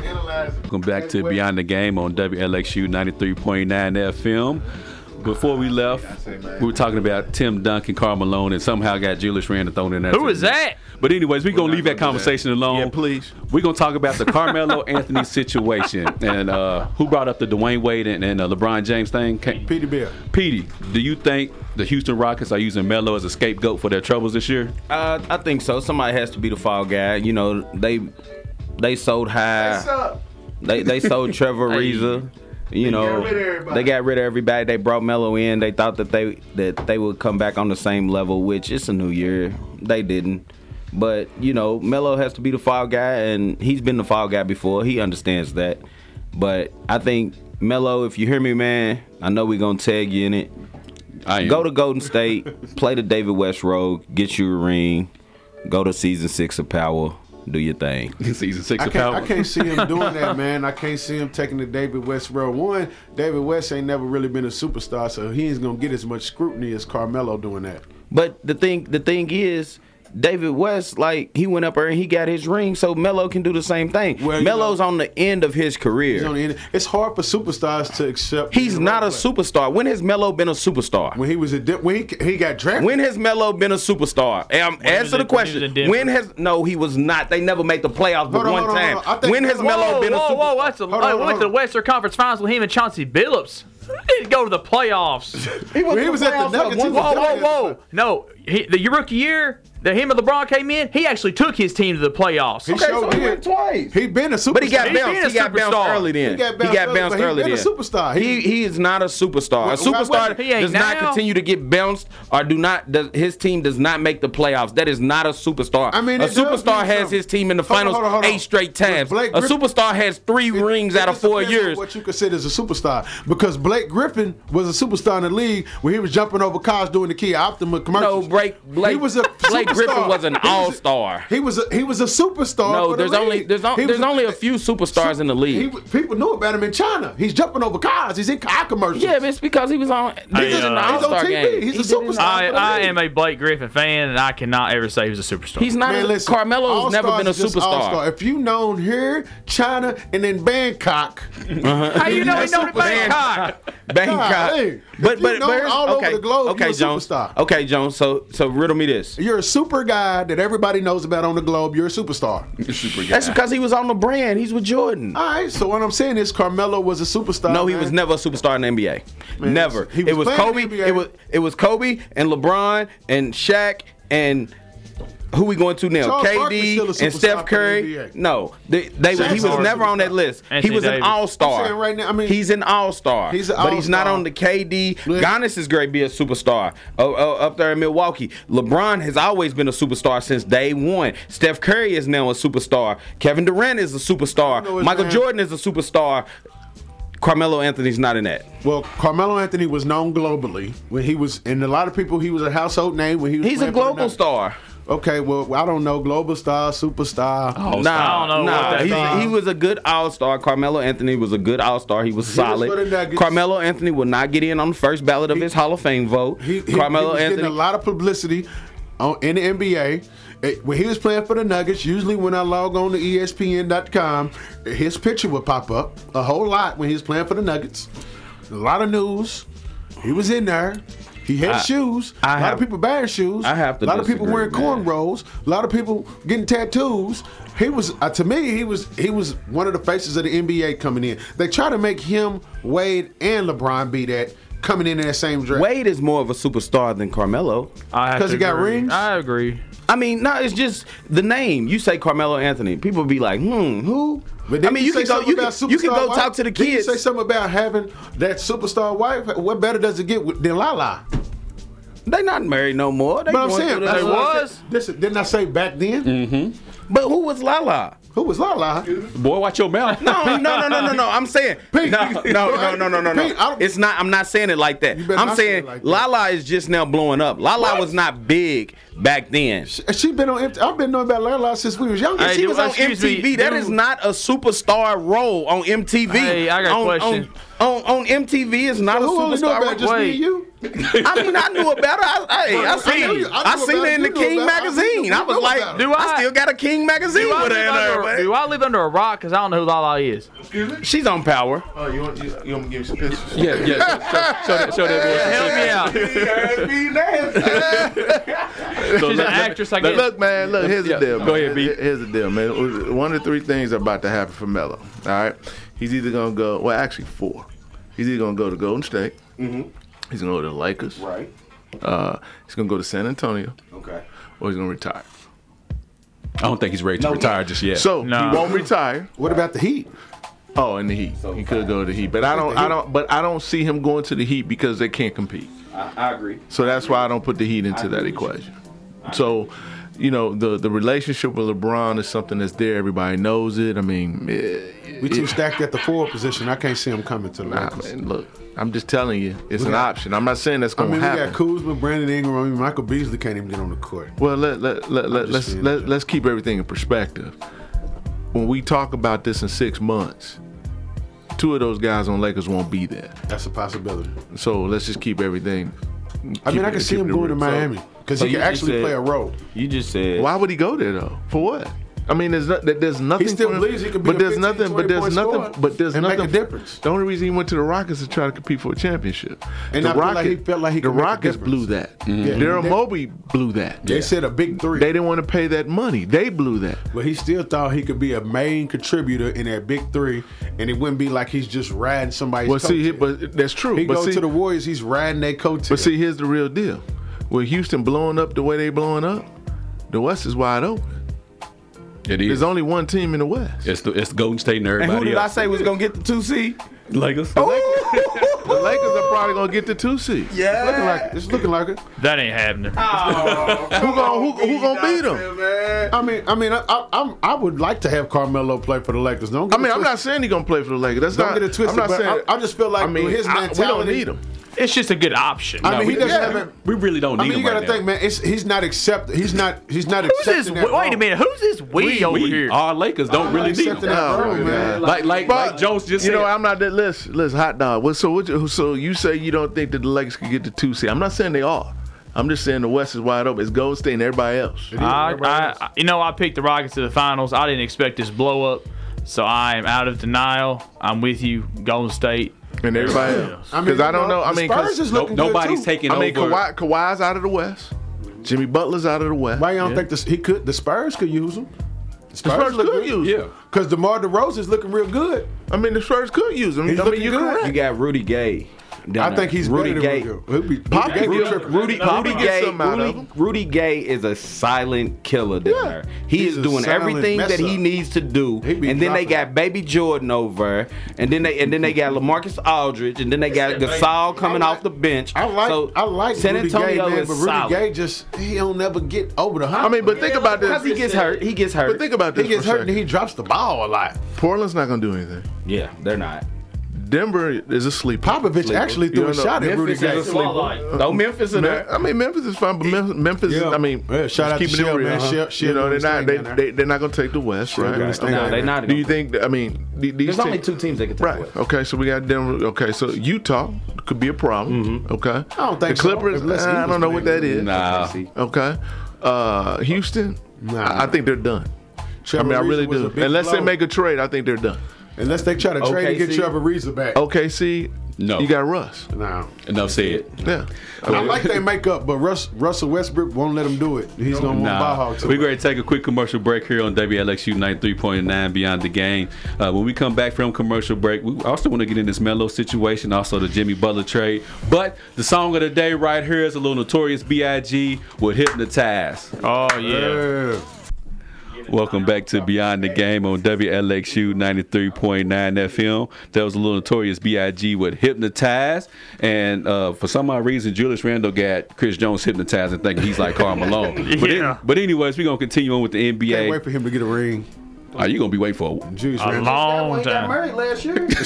[SPEAKER 1] Welcome back to Beyond the Game on WLXU 93.9 FM. Before we left, we were talking about Tim Duncan, Carl Malone, and somehow got Julius Randle thrown in there.
[SPEAKER 3] Who is that?
[SPEAKER 1] But anyways, we're gonna leave that conversation alone.
[SPEAKER 5] Yeah, please.
[SPEAKER 1] We're gonna talk about the Carmelo Anthony situation and uh, who brought up the Dwayne Wade and, and uh, LeBron James thing. Can-
[SPEAKER 2] Petey Bill.
[SPEAKER 1] Petey, do you think the Houston Rockets are using Melo as a scapegoat for their troubles this year?
[SPEAKER 4] Uh, I think so. Somebody has to be the fall guy. You know, they they sold high.
[SPEAKER 5] up?
[SPEAKER 4] They they sold Trevor Reza. You know,
[SPEAKER 5] rid of everybody.
[SPEAKER 4] they got rid of everybody. They brought Melo in. They thought that they that they would come back on the same level, which it's a new year. They didn't. But you know, Melo has to be the fall guy, and he's been the fall guy before. He understands that. But I think Melo, if you hear me, man, I know we're gonna tag you in it.
[SPEAKER 1] I am.
[SPEAKER 4] Go to Golden State, play the David West road, get you a ring,
[SPEAKER 1] Go to season six of Power. Do your thing.
[SPEAKER 4] Season six
[SPEAKER 2] I
[SPEAKER 4] of
[SPEAKER 2] can't,
[SPEAKER 4] Power.
[SPEAKER 2] I can't see him doing that, man. I can't see him taking the David West road. One, David West ain't never really been a superstar, so he ain't gonna get as much scrutiny as Carmelo doing that.
[SPEAKER 1] But the thing, the thing is, David West, like he went up there and he got his ring, so Melo can do the same thing.
[SPEAKER 2] Well,
[SPEAKER 1] Well,
[SPEAKER 2] you
[SPEAKER 1] Melo's
[SPEAKER 2] know-
[SPEAKER 1] on the end of his
[SPEAKER 2] He's on
[SPEAKER 1] career.
[SPEAKER 2] the end. It's hard for superstars to accept.
[SPEAKER 1] He's
[SPEAKER 2] being
[SPEAKER 1] not a
[SPEAKER 2] role player.
[SPEAKER 1] superstar. When has Melo been a superstar?
[SPEAKER 2] When he was a di- when he, he got drafted,
[SPEAKER 1] When has Melo been a superstar? And I'm
[SPEAKER 3] he was
[SPEAKER 1] answer the
[SPEAKER 3] in- when he was
[SPEAKER 1] question.
[SPEAKER 3] in Denver.
[SPEAKER 1] When has no? He was not. They never made the playoffs, but
[SPEAKER 2] Hold on,
[SPEAKER 1] one
[SPEAKER 2] hold on,
[SPEAKER 1] time.
[SPEAKER 2] hold on. I think-
[SPEAKER 1] when has
[SPEAKER 2] Whoa,
[SPEAKER 1] Melo
[SPEAKER 3] Whoa,
[SPEAKER 1] been a
[SPEAKER 3] whoa,
[SPEAKER 1] superstar?
[SPEAKER 3] whoa! That's a,
[SPEAKER 2] Hold on,
[SPEAKER 3] I went
[SPEAKER 2] hold
[SPEAKER 3] to the
[SPEAKER 2] on.
[SPEAKER 3] Western Conference Finals with him and Chauncey Billups. He didn't go to the playoffs.
[SPEAKER 2] When he was at the Nuggets, he was
[SPEAKER 3] Whoa, whoa,
[SPEAKER 2] dominant.
[SPEAKER 3] whoa! No, he, the your rookie year that him and LeBron came in, he actually took his team to the playoffs.
[SPEAKER 2] He
[SPEAKER 1] Okay,
[SPEAKER 2] showed
[SPEAKER 1] so he went twice.
[SPEAKER 2] He been a superstar.
[SPEAKER 1] But he got
[SPEAKER 3] He
[SPEAKER 1] bounced.
[SPEAKER 3] been a
[SPEAKER 1] He got bounced
[SPEAKER 3] superstar.
[SPEAKER 1] early then.
[SPEAKER 2] He got bounced early, but he
[SPEAKER 1] early
[SPEAKER 2] been a
[SPEAKER 1] then.
[SPEAKER 2] superstar.
[SPEAKER 1] He
[SPEAKER 2] He-
[SPEAKER 1] he is not a superstar. A
[SPEAKER 2] Wh- why- why-
[SPEAKER 1] superstar
[SPEAKER 3] He ain't
[SPEAKER 1] does not
[SPEAKER 3] now.
[SPEAKER 1] continue to get bounced or do not does, his team does not make the playoffs. That is not a superstar.
[SPEAKER 2] I mean,
[SPEAKER 1] a
[SPEAKER 2] it does mean
[SPEAKER 1] superstar has
[SPEAKER 2] something.
[SPEAKER 1] his team in the
[SPEAKER 2] Hold on,
[SPEAKER 1] finals
[SPEAKER 2] hold on, hold on.
[SPEAKER 1] eight straight
[SPEAKER 2] With
[SPEAKER 1] times.
[SPEAKER 2] Blake
[SPEAKER 1] a
[SPEAKER 2] Griffin-
[SPEAKER 1] superstar has three
[SPEAKER 2] It-
[SPEAKER 1] rings
[SPEAKER 2] it
[SPEAKER 1] out of
[SPEAKER 2] just
[SPEAKER 1] four
[SPEAKER 2] depends on
[SPEAKER 1] years.
[SPEAKER 2] What you consider as a superstar, because Blake Griffin was a superstar in the league when he was jumping over cars doing the Kia Optima commercials.
[SPEAKER 1] No, Blake- Blake-
[SPEAKER 2] he was a
[SPEAKER 1] Blake
[SPEAKER 2] superstar.
[SPEAKER 1] Griffin was an
[SPEAKER 2] He a-
[SPEAKER 1] all-star.
[SPEAKER 2] He was a he was a superstar.
[SPEAKER 1] No,
[SPEAKER 2] for the
[SPEAKER 1] there's only
[SPEAKER 2] league.
[SPEAKER 1] there's, on,
[SPEAKER 2] He was
[SPEAKER 1] there's only a few superstars in the
[SPEAKER 2] He,
[SPEAKER 1] league.
[SPEAKER 2] was- people knew about him in China. He's jumping over cars. He's in car commercials.
[SPEAKER 1] yeah, but it's because he was on. He
[SPEAKER 3] Hey,
[SPEAKER 1] was in
[SPEAKER 3] uh,
[SPEAKER 1] the
[SPEAKER 3] he's on
[SPEAKER 1] All Star
[SPEAKER 2] TV.
[SPEAKER 1] game.
[SPEAKER 2] He's a
[SPEAKER 1] He did it in the
[SPEAKER 2] superstar.
[SPEAKER 3] I,
[SPEAKER 1] All-Star
[SPEAKER 3] I
[SPEAKER 1] game.
[SPEAKER 3] am a Blake Griffin fan, and I cannot ever say he was a superstar.
[SPEAKER 1] He's not.
[SPEAKER 2] Man,
[SPEAKER 1] a,
[SPEAKER 2] listen,
[SPEAKER 1] Carmelo has never
[SPEAKER 2] all-stars
[SPEAKER 1] been a
[SPEAKER 2] is just all-star.
[SPEAKER 1] superstar.
[SPEAKER 2] If you known here, China, and then Bangkok,
[SPEAKER 3] How you know he
[SPEAKER 2] He's
[SPEAKER 3] know
[SPEAKER 2] a
[SPEAKER 3] the Bangkok?
[SPEAKER 1] Bangkok.
[SPEAKER 2] Golly, if
[SPEAKER 1] but but,
[SPEAKER 2] you
[SPEAKER 1] but
[SPEAKER 2] known
[SPEAKER 1] here's-
[SPEAKER 2] all over
[SPEAKER 1] okay,
[SPEAKER 2] the globe,
[SPEAKER 1] okay,
[SPEAKER 2] you a
[SPEAKER 1] Jones.
[SPEAKER 2] superstar.
[SPEAKER 1] Okay, Jones. So so riddle me this.
[SPEAKER 2] you're a super guy that everybody knows about on the globe. You're a superstar.
[SPEAKER 5] Super guy.
[SPEAKER 1] That's because he was on the brand. He's with Jordan.
[SPEAKER 2] All right. So what I'm saying is Carmelo was a superstar.
[SPEAKER 1] No, he
[SPEAKER 2] man.
[SPEAKER 1] was never a superstar in the NBA.
[SPEAKER 2] Man,
[SPEAKER 1] never.
[SPEAKER 2] he was
[SPEAKER 1] it was
[SPEAKER 2] playing
[SPEAKER 1] Kobe.
[SPEAKER 2] in the NBA.
[SPEAKER 1] It was it was Kobe and LeBron and Shaq and who we going to now?
[SPEAKER 2] Charles Barkley's still a
[SPEAKER 1] KD and
[SPEAKER 2] superstar
[SPEAKER 1] Steph
[SPEAKER 2] for the
[SPEAKER 1] Curry.
[SPEAKER 2] NBA.
[SPEAKER 1] No, they, they was- he
[SPEAKER 2] Shaq's
[SPEAKER 1] was
[SPEAKER 2] already
[SPEAKER 1] never on that
[SPEAKER 2] superstar.
[SPEAKER 1] list.
[SPEAKER 3] Anthony
[SPEAKER 1] he was an
[SPEAKER 3] Davis.
[SPEAKER 1] all
[SPEAKER 2] I'm
[SPEAKER 1] star.
[SPEAKER 2] saying right now, I mean-
[SPEAKER 1] he's an all star.
[SPEAKER 2] He's an
[SPEAKER 1] but he's not
[SPEAKER 2] all-star.
[SPEAKER 1] on the KD.
[SPEAKER 2] Look.
[SPEAKER 1] Giannis is great, be a superstar. Oh, oh, up there in Milwaukee, LeBron has always been a superstar since day one. Steph Curry is now a superstar. Kevin Durant is a
[SPEAKER 2] know
[SPEAKER 1] superstar.
[SPEAKER 2] his
[SPEAKER 1] Michael
[SPEAKER 2] name.
[SPEAKER 1] Jordan is a superstar. Carmelo Anthony's not in that.
[SPEAKER 2] Well, Carmelo Anthony was known globally when he was, and a lot of people, he was a household name when he was.
[SPEAKER 1] He's a
[SPEAKER 2] playing for the
[SPEAKER 1] global
[SPEAKER 2] Nuggets.
[SPEAKER 1] star.
[SPEAKER 2] Okay, well, I don't know, global star, superstar.
[SPEAKER 1] No,
[SPEAKER 3] I don't know
[SPEAKER 1] nah,
[SPEAKER 3] what that
[SPEAKER 1] nah. He's,
[SPEAKER 2] means.
[SPEAKER 1] Uh, he was a good all star. Carmelo Anthony was a good all star. He was solid.
[SPEAKER 2] for the Nuggets.
[SPEAKER 1] Carmelo Anthony will not get in on the first ballot of his Hall of Fame vote.
[SPEAKER 2] He, he,
[SPEAKER 1] Carmelo
[SPEAKER 2] he was
[SPEAKER 1] Anthony.
[SPEAKER 2] getting a lot of publicity on in the NBA. It- when he was playing for the Nuggets, usually when I log on to E ESPN.com, his picture would pop up a whole lot when he was playing for the Nuggets. A lot of news. He was in there. He had shoes. A
[SPEAKER 1] I
[SPEAKER 2] lot
[SPEAKER 1] have-
[SPEAKER 2] of people buying shoes.
[SPEAKER 1] I have to
[SPEAKER 2] A lot of people
[SPEAKER 1] disagree,
[SPEAKER 2] wearing
[SPEAKER 1] man.
[SPEAKER 2] cornrows. A lot of people getting tattoos. He was uh, to me. He was he was one of the faces of the NBA coming in. They try to make him Wade and LeBron be that coming in in that same draft.
[SPEAKER 1] Wade is more of a superstar than Carmelo.
[SPEAKER 3] I have
[SPEAKER 2] 'Cause
[SPEAKER 3] to
[SPEAKER 2] he got
[SPEAKER 3] agree.
[SPEAKER 2] rings?
[SPEAKER 3] I agree.
[SPEAKER 1] I mean, no, it's just the name. You say Carmelo Anthony, people be like, hmm, who?
[SPEAKER 2] But
[SPEAKER 1] I
[SPEAKER 2] then
[SPEAKER 1] mean, you
[SPEAKER 2] say
[SPEAKER 1] can go,
[SPEAKER 2] something
[SPEAKER 1] you can,
[SPEAKER 2] about
[SPEAKER 1] you can
[SPEAKER 2] superstar
[SPEAKER 1] go
[SPEAKER 2] wife.
[SPEAKER 1] talk to the
[SPEAKER 2] Then
[SPEAKER 1] kids.
[SPEAKER 2] You say something about having that superstar wife. What better does it get with- than Lala?
[SPEAKER 1] they not married no more. They
[SPEAKER 2] But I'm
[SPEAKER 1] going
[SPEAKER 2] saying
[SPEAKER 1] through their-
[SPEAKER 2] that's what I
[SPEAKER 3] was.
[SPEAKER 2] said. This, didn't I say back then?
[SPEAKER 1] But who was Lala?
[SPEAKER 2] Who was Lala?
[SPEAKER 4] Boy, watch your mouth.
[SPEAKER 1] No, no, no, no, no, no. I'm saying no,
[SPEAKER 2] Pete,
[SPEAKER 1] no, no, no, no, no.
[SPEAKER 2] Pete,
[SPEAKER 1] no.
[SPEAKER 2] I don't-
[SPEAKER 1] It's not. I'm not saying it like that.
[SPEAKER 2] You better
[SPEAKER 1] I'm
[SPEAKER 2] not say
[SPEAKER 1] saying
[SPEAKER 2] it like that.
[SPEAKER 1] Lala is just now blowing up. Lala was not big back then.
[SPEAKER 2] And She been on. MT- I've been knowing about Lala since we was younger.
[SPEAKER 3] Hey,
[SPEAKER 1] she
[SPEAKER 3] dude,
[SPEAKER 1] was on
[SPEAKER 3] excuse me,
[SPEAKER 1] MTV. That
[SPEAKER 3] dude.
[SPEAKER 1] is not a superstar role on MTV.
[SPEAKER 3] Hey, I got a
[SPEAKER 1] on,
[SPEAKER 3] question.
[SPEAKER 1] On, on, on MTV is not
[SPEAKER 2] who
[SPEAKER 1] a
[SPEAKER 2] only knew
[SPEAKER 1] superstar
[SPEAKER 2] about
[SPEAKER 1] role.
[SPEAKER 2] it? just me
[SPEAKER 3] Wade.
[SPEAKER 2] and you?
[SPEAKER 1] I mean, I knew about it. I, I, I,
[SPEAKER 2] I
[SPEAKER 1] seen
[SPEAKER 2] knew
[SPEAKER 1] it.
[SPEAKER 2] you- I
[SPEAKER 1] I,
[SPEAKER 2] knew
[SPEAKER 1] seen
[SPEAKER 2] about
[SPEAKER 1] it
[SPEAKER 2] it.
[SPEAKER 1] in the
[SPEAKER 2] You knew
[SPEAKER 1] King
[SPEAKER 2] about it. I knew
[SPEAKER 1] magazine.
[SPEAKER 2] you
[SPEAKER 1] I was
[SPEAKER 2] knew
[SPEAKER 1] like,
[SPEAKER 2] about it.
[SPEAKER 1] do
[SPEAKER 3] Do
[SPEAKER 1] I,
[SPEAKER 3] I-
[SPEAKER 1] still got a King magazine
[SPEAKER 3] Do I,
[SPEAKER 1] with her
[SPEAKER 3] live
[SPEAKER 1] in
[SPEAKER 3] under,
[SPEAKER 1] there.
[SPEAKER 3] do
[SPEAKER 1] but-
[SPEAKER 3] I live under a rock? Because I don't know who Lala is.
[SPEAKER 1] She's on power.
[SPEAKER 5] Oh, you want you, you want me to give you some pictures?
[SPEAKER 4] Yeah, yeah. Show, show that, show that
[SPEAKER 3] Help me out. She's
[SPEAKER 4] boy. So
[SPEAKER 3] an
[SPEAKER 4] let- let-
[SPEAKER 3] actress, I
[SPEAKER 5] Look,
[SPEAKER 3] guess.
[SPEAKER 5] look, man. Look, here's
[SPEAKER 4] yeah,
[SPEAKER 5] the deal.
[SPEAKER 4] go
[SPEAKER 5] man.
[SPEAKER 4] ahead, B.
[SPEAKER 5] Here's the deal, man. One of the three things are about to happen for Melo. All right, he's either gonna go. Well, actually, four. He's either gonna go to Golden State. Mm-hmm. He's gonna go to the Lakers.
[SPEAKER 1] Right.
[SPEAKER 5] Uh, he's gonna go to San Antonio,
[SPEAKER 1] Okay.
[SPEAKER 5] or he's gonna retire.
[SPEAKER 4] I don't think he's ready to retire just yet.
[SPEAKER 5] So
[SPEAKER 3] Nah.
[SPEAKER 5] he won't retire.
[SPEAKER 2] What about the Heat?
[SPEAKER 5] Oh, in the Heat, he could go to the Heat, but I don't, I don't, but I don't see him going to the Heat because they can't compete.
[SPEAKER 1] I, I agree.
[SPEAKER 5] So that's why I don't put the Heat into that equation. So, you know, the the relationship with LeBron is something that's there. Everybody knows it. I mean, eh,
[SPEAKER 2] We too stacked at the forward position. I can't see him coming to the
[SPEAKER 5] nah,
[SPEAKER 2] Lakers.
[SPEAKER 5] man, look, I'm just telling you, it's
[SPEAKER 2] We
[SPEAKER 5] an
[SPEAKER 2] got-
[SPEAKER 5] option. I'm not saying that's
[SPEAKER 2] I
[SPEAKER 5] gonna
[SPEAKER 2] mean, we
[SPEAKER 5] happen.
[SPEAKER 2] got Kuzma, Brandon Ingram. I mean, Michael Beasley can't even get on the court.
[SPEAKER 5] Well, let, let, let, let,
[SPEAKER 2] just
[SPEAKER 5] let's
[SPEAKER 2] saying.
[SPEAKER 5] let, let's keep everything in perspective. When we talk about this in six months, two of those guys on Lakers won't be there.
[SPEAKER 2] That's a possibility.
[SPEAKER 5] So let's just keep everything.
[SPEAKER 2] I mean,
[SPEAKER 5] keep
[SPEAKER 2] I
[SPEAKER 5] it-
[SPEAKER 2] can see
[SPEAKER 5] keep
[SPEAKER 2] him
[SPEAKER 5] it
[SPEAKER 2] going to
[SPEAKER 5] real.
[SPEAKER 2] Miami
[SPEAKER 5] So,
[SPEAKER 2] because
[SPEAKER 4] so
[SPEAKER 2] he
[SPEAKER 4] you
[SPEAKER 2] can
[SPEAKER 4] just
[SPEAKER 2] actually
[SPEAKER 4] said-
[SPEAKER 2] play a role.
[SPEAKER 4] You just said
[SPEAKER 5] why would he go there though? For what? I mean, there's not, there- there's nothing.
[SPEAKER 2] still
[SPEAKER 5] for him-
[SPEAKER 2] believes he could be
[SPEAKER 5] but
[SPEAKER 2] the
[SPEAKER 5] there's
[SPEAKER 2] 15,
[SPEAKER 5] nothing.
[SPEAKER 2] 20
[SPEAKER 5] But there's
[SPEAKER 2] point
[SPEAKER 5] nothing.
[SPEAKER 2] scorer
[SPEAKER 5] But there's
[SPEAKER 2] and make
[SPEAKER 5] nothing.
[SPEAKER 2] a difference.
[SPEAKER 5] The only reason he went to the Rockets is to try to compete for a championship.
[SPEAKER 2] And
[SPEAKER 5] the
[SPEAKER 2] I feel like he felt like he
[SPEAKER 5] the
[SPEAKER 2] could make a
[SPEAKER 5] Rockets
[SPEAKER 2] difference.
[SPEAKER 5] blew that. Mm-hmm.
[SPEAKER 2] Yeah.
[SPEAKER 5] Daryl
[SPEAKER 2] They-
[SPEAKER 5] Mobley blew that.
[SPEAKER 2] They said a big three,
[SPEAKER 5] They didn't want to pay that money. They blew that.
[SPEAKER 2] but he still thought he could be a main contributor in that big three, and it wouldn't be like he's just riding somebody's.
[SPEAKER 5] Well, see, he-
[SPEAKER 2] coattail.
[SPEAKER 5] but that's true.
[SPEAKER 2] he
[SPEAKER 5] but
[SPEAKER 2] goes
[SPEAKER 5] see,
[SPEAKER 2] to the Warriors, he's riding that coattail.
[SPEAKER 5] But see, here's the real deal. With Houston blowing up the way they blowing up, the West is wide open.
[SPEAKER 1] It is.
[SPEAKER 5] There's only one team in the West.
[SPEAKER 1] It's the it's Golden State and
[SPEAKER 4] And
[SPEAKER 1] everybody
[SPEAKER 4] who did I
[SPEAKER 1] else.
[SPEAKER 4] say was gonna get the two C?
[SPEAKER 1] Lakers.
[SPEAKER 5] The Lakers are probably gonna get the two seed.
[SPEAKER 4] Yeah.
[SPEAKER 2] looking like it. it's looking like it.
[SPEAKER 3] That ain't happening.
[SPEAKER 5] Who gonna who, who gonna beat them?
[SPEAKER 2] I mean, I mean, I, I, I'm, I would like to have Carmelo play for the Lakers. Don't get
[SPEAKER 5] I
[SPEAKER 2] it
[SPEAKER 5] mean, I'm
[SPEAKER 2] twisted.
[SPEAKER 5] not saying he's gonna play for the Lakers. That's
[SPEAKER 2] Don't
[SPEAKER 5] not.
[SPEAKER 2] get it twisted,
[SPEAKER 5] I'm not
[SPEAKER 2] but
[SPEAKER 5] saying.
[SPEAKER 2] I- I just feel like with his
[SPEAKER 5] I- we don't
[SPEAKER 2] mentality-
[SPEAKER 5] need him.
[SPEAKER 3] It's just a good option.
[SPEAKER 2] I mean,
[SPEAKER 1] we-
[SPEAKER 2] he doesn't
[SPEAKER 1] yeah,
[SPEAKER 2] have. a-
[SPEAKER 1] We really don't need
[SPEAKER 2] I mean, you
[SPEAKER 1] them
[SPEAKER 2] gotta
[SPEAKER 1] right now.
[SPEAKER 2] think, man. It's, he's not accepting. He's not. He's not
[SPEAKER 3] who's
[SPEAKER 2] accepting
[SPEAKER 3] this?
[SPEAKER 2] that.
[SPEAKER 3] Wait, wait a
[SPEAKER 2] role.
[SPEAKER 3] minute. Who's this we, over
[SPEAKER 1] we,
[SPEAKER 3] here?
[SPEAKER 1] Our Lakers don't really need
[SPEAKER 2] accepting
[SPEAKER 1] them.
[SPEAKER 2] that
[SPEAKER 5] Oh,
[SPEAKER 2] role,
[SPEAKER 5] my
[SPEAKER 2] man.
[SPEAKER 5] God.
[SPEAKER 1] Like like
[SPEAKER 5] But
[SPEAKER 1] like Jones just
[SPEAKER 5] you
[SPEAKER 1] said.
[SPEAKER 5] know, I'm not that. Listen, listen, hot dog. What, so what? You, so you say you don't think that the Lakers could get the two seed? I'm not saying they are. I'm just saying the West is wide open. It's Golden State and everybody else.
[SPEAKER 3] I, I, I- you know, I picked the Rockets to the finals. I didn't expect this blow up, so I am out of denial. I'm with you, Golden State.
[SPEAKER 5] and everybody else. Because I,
[SPEAKER 2] you
[SPEAKER 5] don't know. I
[SPEAKER 2] the
[SPEAKER 5] mean,
[SPEAKER 2] Spurs
[SPEAKER 5] 'cause-
[SPEAKER 2] is
[SPEAKER 1] No-
[SPEAKER 2] looking good,
[SPEAKER 1] nobody's
[SPEAKER 2] too.
[SPEAKER 1] taking
[SPEAKER 5] I mean,
[SPEAKER 1] over.
[SPEAKER 5] Kawhi, Kawhi's out of the West. Jimmy Butler's out of the West.
[SPEAKER 2] Why you don't think this, he could? The Spurs could use him. The
[SPEAKER 5] The Spurs could use
[SPEAKER 1] Yeah.
[SPEAKER 5] him.
[SPEAKER 2] Because DeMar DeRozan is looking real good.
[SPEAKER 5] I mean, the Spurs could use him.
[SPEAKER 2] He's
[SPEAKER 5] I mean,
[SPEAKER 2] looking
[SPEAKER 5] you're
[SPEAKER 2] good.
[SPEAKER 5] correct.
[SPEAKER 4] You got Rudy Gay. down
[SPEAKER 2] I
[SPEAKER 4] there.
[SPEAKER 2] think he's
[SPEAKER 4] Rudy
[SPEAKER 2] better
[SPEAKER 4] Gay.
[SPEAKER 2] than real good. He'll be-
[SPEAKER 5] Pop
[SPEAKER 2] he'll
[SPEAKER 5] could
[SPEAKER 2] be
[SPEAKER 5] get
[SPEAKER 2] tripping.
[SPEAKER 5] Rudy-
[SPEAKER 4] Rudy, Rudy
[SPEAKER 5] get
[SPEAKER 4] Gay,
[SPEAKER 5] something out of
[SPEAKER 4] Rudy,
[SPEAKER 5] him.
[SPEAKER 4] Rudy Gay is a silent killer down
[SPEAKER 5] Yeah.
[SPEAKER 4] there. He
[SPEAKER 2] He's
[SPEAKER 4] is
[SPEAKER 2] a
[SPEAKER 4] doing
[SPEAKER 2] silent
[SPEAKER 4] everything
[SPEAKER 2] mess
[SPEAKER 4] that he
[SPEAKER 2] up.
[SPEAKER 4] needs to do.
[SPEAKER 2] He
[SPEAKER 4] And
[SPEAKER 2] be
[SPEAKER 4] then they
[SPEAKER 2] dropping.
[SPEAKER 4] got Baby Jordan over, and then they and then they got LaMarcus Aldridge, and then they got Gasol coming
[SPEAKER 2] like-
[SPEAKER 4] off the bench.
[SPEAKER 2] I like
[SPEAKER 4] So,
[SPEAKER 2] I like
[SPEAKER 4] San Antonio
[SPEAKER 2] Rudy Gay, man,
[SPEAKER 4] is
[SPEAKER 2] but Rudy
[SPEAKER 4] solid.
[SPEAKER 2] Gay just he don't never get over the hump.
[SPEAKER 5] I mean, but think about
[SPEAKER 4] Because he
[SPEAKER 5] this.
[SPEAKER 4] gets hurt, he gets hurt.
[SPEAKER 5] But think about
[SPEAKER 2] he
[SPEAKER 5] this.
[SPEAKER 2] gets
[SPEAKER 5] for a
[SPEAKER 2] hurt and
[SPEAKER 5] second.
[SPEAKER 2] he drops the ball a lot.
[SPEAKER 5] Portland's not going to do anything.
[SPEAKER 4] yeah, they're not.
[SPEAKER 5] Denver is a sleeper.
[SPEAKER 2] Popovich actually threw
[SPEAKER 5] You
[SPEAKER 2] a
[SPEAKER 5] know,
[SPEAKER 2] shot at Rudy
[SPEAKER 4] Memphis
[SPEAKER 2] Gay.
[SPEAKER 4] is a sleeper. No Memphis in
[SPEAKER 5] Uh, Me-
[SPEAKER 4] there.
[SPEAKER 5] I mean, Memphis is fine, but Mem- Memphis, is,
[SPEAKER 2] Yeah.
[SPEAKER 5] I mean,
[SPEAKER 2] Yeah, shout
[SPEAKER 5] just
[SPEAKER 2] out to
[SPEAKER 5] keeping it
[SPEAKER 2] Shell,
[SPEAKER 5] real.
[SPEAKER 2] man. Shell- Shell
[SPEAKER 5] you know, they're
[SPEAKER 2] doing
[SPEAKER 5] not
[SPEAKER 2] his
[SPEAKER 5] they,
[SPEAKER 2] thing down
[SPEAKER 5] they they're not going to take the West,
[SPEAKER 2] doing
[SPEAKER 5] right?
[SPEAKER 2] his thing
[SPEAKER 5] Okay.
[SPEAKER 2] down
[SPEAKER 4] No, they're
[SPEAKER 2] there.
[SPEAKER 4] not.
[SPEAKER 5] Do you
[SPEAKER 4] gonna-
[SPEAKER 5] think? that- I mean, the- these
[SPEAKER 4] there's only
[SPEAKER 5] teams-
[SPEAKER 4] two teams that can take
[SPEAKER 5] Right.
[SPEAKER 4] away.
[SPEAKER 5] Okay. So we got Denver. Okay. So Utah could be a problem.
[SPEAKER 4] Mm-hmm.
[SPEAKER 5] Okay.
[SPEAKER 2] I don't think
[SPEAKER 5] the
[SPEAKER 2] so,
[SPEAKER 5] Clippers.
[SPEAKER 2] unless he
[SPEAKER 5] I
[SPEAKER 2] was
[SPEAKER 5] don't know what that is.
[SPEAKER 1] Nah.
[SPEAKER 5] Okay. Uh, Houston.
[SPEAKER 2] Nah.
[SPEAKER 5] I, I think they're done. I
[SPEAKER 2] Trevor
[SPEAKER 5] mean, I
[SPEAKER 2] Ariza
[SPEAKER 5] really
[SPEAKER 2] was
[SPEAKER 5] do.
[SPEAKER 2] a big
[SPEAKER 5] Unless they
[SPEAKER 2] blow.
[SPEAKER 5] make a trade, I think they're done.
[SPEAKER 2] unless they try to trade and get
[SPEAKER 4] OKC.
[SPEAKER 2] Trevor Ariza back.
[SPEAKER 5] Oh. OKC.
[SPEAKER 1] No.
[SPEAKER 5] You got Russ.
[SPEAKER 2] No.
[SPEAKER 1] Enough said.
[SPEAKER 5] Yeah.
[SPEAKER 2] I like their makeup, but Russ, Russell Westbrook won't let him do it. He's gonna
[SPEAKER 1] Nah.
[SPEAKER 2] want ball hog
[SPEAKER 1] We're
[SPEAKER 2] to.
[SPEAKER 1] going to take a quick commercial break here on WLXU 93.9 Beyond the Game. Uh, when we come back from commercial break, we also want to get in this Melo situation, also the Jimmy Butler trade. But the song of the day right here is a little notorious B.I.G. with Hypnotize.
[SPEAKER 3] Oh yeah.
[SPEAKER 2] Yeah.
[SPEAKER 1] Welcome back to Beyond the Game on WLXU 93.9 FM. That was a little notorious B.I.G. with Hypnotize. And uh, for some odd reason, Julius Randle got Chris Jones hypnotized and thinking he's like Carl Malone. But,
[SPEAKER 3] Yeah.
[SPEAKER 1] but anyways, we're going to continue on with the
[SPEAKER 2] Can't wait
[SPEAKER 1] NBA.
[SPEAKER 2] for him to get a ring.
[SPEAKER 1] Are Oh, you going to be waiting for a
[SPEAKER 2] Juice,
[SPEAKER 3] A
[SPEAKER 2] man.
[SPEAKER 3] long time.
[SPEAKER 2] last year.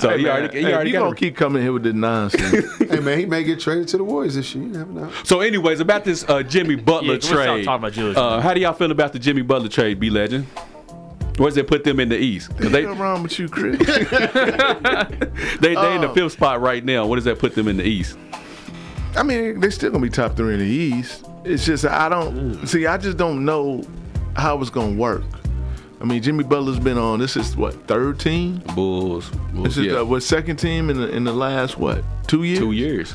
[SPEAKER 1] So he already, he
[SPEAKER 5] Hey,
[SPEAKER 1] already
[SPEAKER 5] you
[SPEAKER 1] got
[SPEAKER 5] gonna keep coming here with this nonsense.
[SPEAKER 2] hey man, he may get traded to the Warriors this year. You never know.
[SPEAKER 1] So, anyways, about this uh, Jimmy Butler
[SPEAKER 3] Yeah, let's stop
[SPEAKER 1] trade.
[SPEAKER 3] talking about Julius.
[SPEAKER 1] uh, how do y'all feel about the Jimmy Butler trade, B Legend? Where's they put them in the East? 'Cause They
[SPEAKER 5] What's wrong with you, Chris?
[SPEAKER 1] they they
[SPEAKER 2] Um,
[SPEAKER 1] in the fifth spot right now. What does that put them in the East?
[SPEAKER 5] I mean, they're still gonna be top three in the East. It's just I don't see. I just don't know how it's gonna work. I mean, Jimmy Butler's been on. This is what third team.
[SPEAKER 1] Bulls. Bulls
[SPEAKER 5] This is
[SPEAKER 1] yeah.
[SPEAKER 5] uh, what second team in the in the last what two years. Um,
[SPEAKER 1] two years.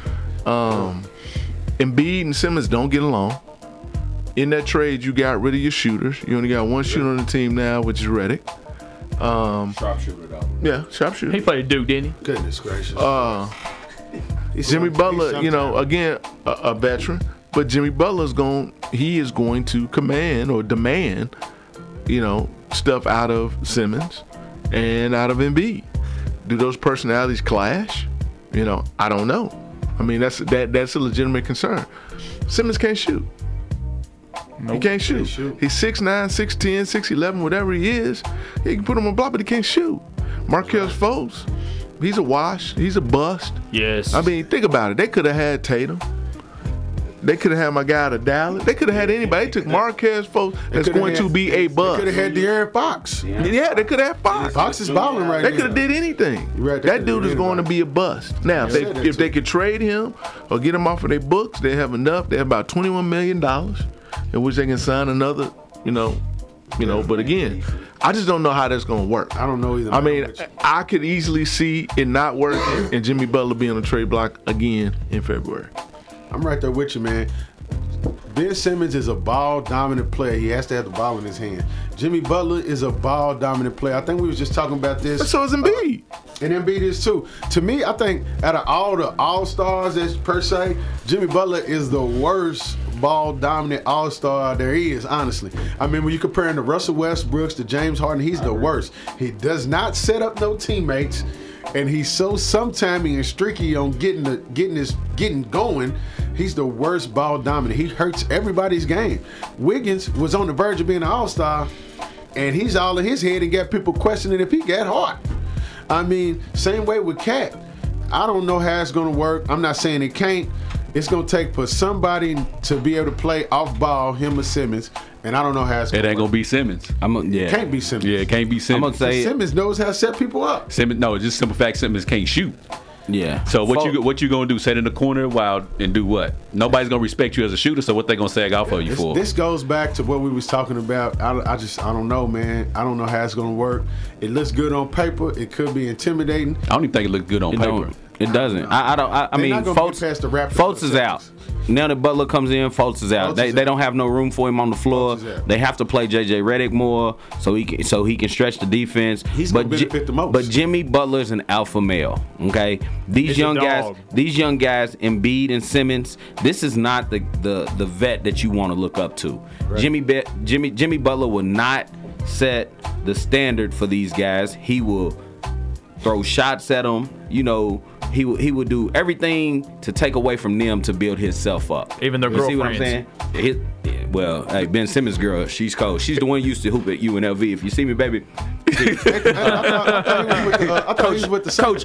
[SPEAKER 5] Embiid and Simmons don't get along. In that trade, you got rid of your shooters. You only got one shooter on the team now, which is Reddick. Um, sharpshooter, though. Yeah,
[SPEAKER 3] He
[SPEAKER 5] sharpshooter.
[SPEAKER 3] played Duke, didn't he?
[SPEAKER 2] Goodness gracious.
[SPEAKER 5] Uh, Jimmy Butler, you know, again, a, a veteran, but Jimmy Butler's going, he is going to command or demand, you know, stuff out of Simmons and out of Embiid. Do those personalities clash? You know, I don't know. I mean, that's that that's a legitimate concern. Simmons can't shoot. He can't shoot.
[SPEAKER 2] shoot.
[SPEAKER 5] He's 6'9", 6'10", 6'11", whatever he is. He can put him on block, but he can't shoot. Marquez Fultz, He's a wash. He's a bust.
[SPEAKER 3] Yes.
[SPEAKER 5] I mean, think about it. They could have had Tatum. They could have had my guy to Dallas. They could have had anybody. They took Marquez, folks. That's
[SPEAKER 2] coulda
[SPEAKER 5] going
[SPEAKER 2] had-
[SPEAKER 5] to be a bust.
[SPEAKER 2] Could have had De'Aaron Fox.
[SPEAKER 5] Yeah, they could have had Fox.
[SPEAKER 2] Fox is balling right
[SPEAKER 5] They
[SPEAKER 2] now.
[SPEAKER 5] could have did anything.
[SPEAKER 2] Right, they
[SPEAKER 5] that
[SPEAKER 2] coulda
[SPEAKER 5] dude
[SPEAKER 2] did
[SPEAKER 5] is going to
[SPEAKER 2] anybody.
[SPEAKER 5] be a bust. Now, if,
[SPEAKER 2] Yeah.
[SPEAKER 5] they,
[SPEAKER 2] Said that
[SPEAKER 5] if they
[SPEAKER 2] too.
[SPEAKER 5] could trade him or get him off of their books, they have enough. They have about twenty-one million dollars, in which they can sign another. You know, you know. But again, I just don't know how that's going to work.
[SPEAKER 2] I don't know either.
[SPEAKER 5] I mean,
[SPEAKER 2] man.
[SPEAKER 5] I could easily see it not working and Jimmy Butler being on the trade block again in February.
[SPEAKER 2] I'm right there with you, man. Ben Simmons is a ball dominant player. He has to have the ball in his hand. Jimmy Butler is a ball dominant player. I think we was just talking about this.
[SPEAKER 5] So is Embiid.
[SPEAKER 2] And Embiid is too. To me, I think out of all the All Stars, as per se, Jimmy Butler is the worst ball dominant All Star there is. Honestly, I mean when you comparing to Russell Westbrook's to James Harden, he's the worst. He does not set up no teammates, and he's so sometiming and streaky on getting the getting his getting going. He's the worst ball dominant. He hurts everybody's game. Wiggins was on the verge of being an All Star, and he's all in his head and got people questioning if he got heart. I mean, same way with Cat. I don't know how it's gonna work. I'm not saying it can't. It's gonna take for somebody to be able to play off ball him or Simmons, and I don't know how it's
[SPEAKER 1] It
[SPEAKER 2] gonna
[SPEAKER 1] ain't gonna be Simmons.
[SPEAKER 4] I'm a, yeah.
[SPEAKER 2] work. Can't be Simmons.
[SPEAKER 1] Yeah, it can't be
[SPEAKER 4] I'm gonna
[SPEAKER 1] Simmons.
[SPEAKER 4] say
[SPEAKER 2] Simmons knows how to set people up.
[SPEAKER 1] Simmons, no, just simple fact Simmons can't shoot.
[SPEAKER 4] yeah.
[SPEAKER 1] So what
[SPEAKER 4] Fo-
[SPEAKER 1] you what you gonna do? Sit in the corner while and do what? Nobody's gonna respect you as a shooter. So what they gonna sag off of you
[SPEAKER 2] This,
[SPEAKER 1] for?
[SPEAKER 2] this goes back to what we was talking about. I, I just I don't know, man. I don't know how it's gonna work. It looks good on paper. It could be intimidating.
[SPEAKER 1] I don't even think it looked good on
[SPEAKER 4] It
[SPEAKER 1] paper.
[SPEAKER 4] don't. It doesn't. I, I don't. I, I
[SPEAKER 2] They're
[SPEAKER 4] mean,
[SPEAKER 2] not gonna get
[SPEAKER 4] Fultz,
[SPEAKER 2] past the Raptors
[SPEAKER 4] Fultz
[SPEAKER 2] or
[SPEAKER 4] is
[SPEAKER 2] the
[SPEAKER 4] out. Now that Butler comes in, Fultz is out.
[SPEAKER 2] Fultz
[SPEAKER 4] they
[SPEAKER 2] is
[SPEAKER 4] they
[SPEAKER 2] out.
[SPEAKER 4] don't have no room for him on the floor.
[SPEAKER 2] Fultz is out.
[SPEAKER 4] They have to play JJ Redick more so he can, so he can stretch the defense.
[SPEAKER 2] He's
[SPEAKER 4] but
[SPEAKER 2] gonna
[SPEAKER 4] Ji-
[SPEAKER 2] benefit the most.
[SPEAKER 4] But Jimmy Butler's an alpha male. Okay, these
[SPEAKER 3] He's a
[SPEAKER 4] young guys,
[SPEAKER 3] dog.
[SPEAKER 4] these young guys, Embiid and Simmons. This is not the the, the vet that you want to look up to. Jimmy Be- Jimmy Jimmy Butler will not set the standard for these guys. He will throw shots at them. You know, he would- he would do everything to take away from them to build himself up.
[SPEAKER 3] Even their
[SPEAKER 4] you see what I'm saying?
[SPEAKER 3] girlfriends.
[SPEAKER 4] His- yeah, well, hey, Ben Simmons' girl, she's cold. She's the one who used to hoop at UNLV. If you see me, baby,
[SPEAKER 2] I thought, I thought he was with, uh, I thought he was with the
[SPEAKER 4] Coach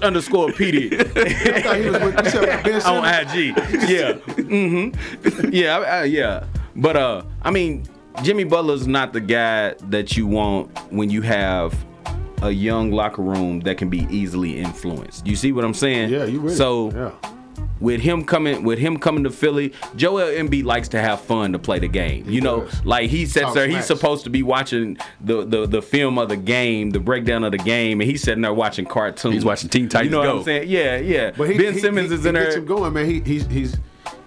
[SPEAKER 4] underscore PD.
[SPEAKER 2] I thought he was with, you said with Ben
[SPEAKER 4] on
[SPEAKER 2] Simmons?
[SPEAKER 4] IG. Yeah. hmm Yeah, I, I- yeah. But uh, I mean, Jimmy Butler's not the guy that you want when you have a young locker room that can be easily influenced. You see what I'm saying?
[SPEAKER 2] Yeah, you with it.
[SPEAKER 4] So
[SPEAKER 2] yeah.
[SPEAKER 4] with him coming with him coming to Philly, Joel Embiid likes to have fun to play the game. You know,
[SPEAKER 2] does.
[SPEAKER 4] like he sits
[SPEAKER 2] Talk
[SPEAKER 4] there, he's
[SPEAKER 2] smack.
[SPEAKER 4] supposed to be watching the, the the film of the game, the breakdown of the game, and he's sitting there watching cartoons.
[SPEAKER 1] He's watching Teen Titans
[SPEAKER 4] You know what
[SPEAKER 1] Go.
[SPEAKER 4] I'm saying? Yeah, yeah.
[SPEAKER 2] But he,
[SPEAKER 4] ben
[SPEAKER 2] he-
[SPEAKER 4] Simmons
[SPEAKER 2] he-
[SPEAKER 4] is in
[SPEAKER 2] he
[SPEAKER 4] there.
[SPEAKER 2] Gets him going, man. He, he's he's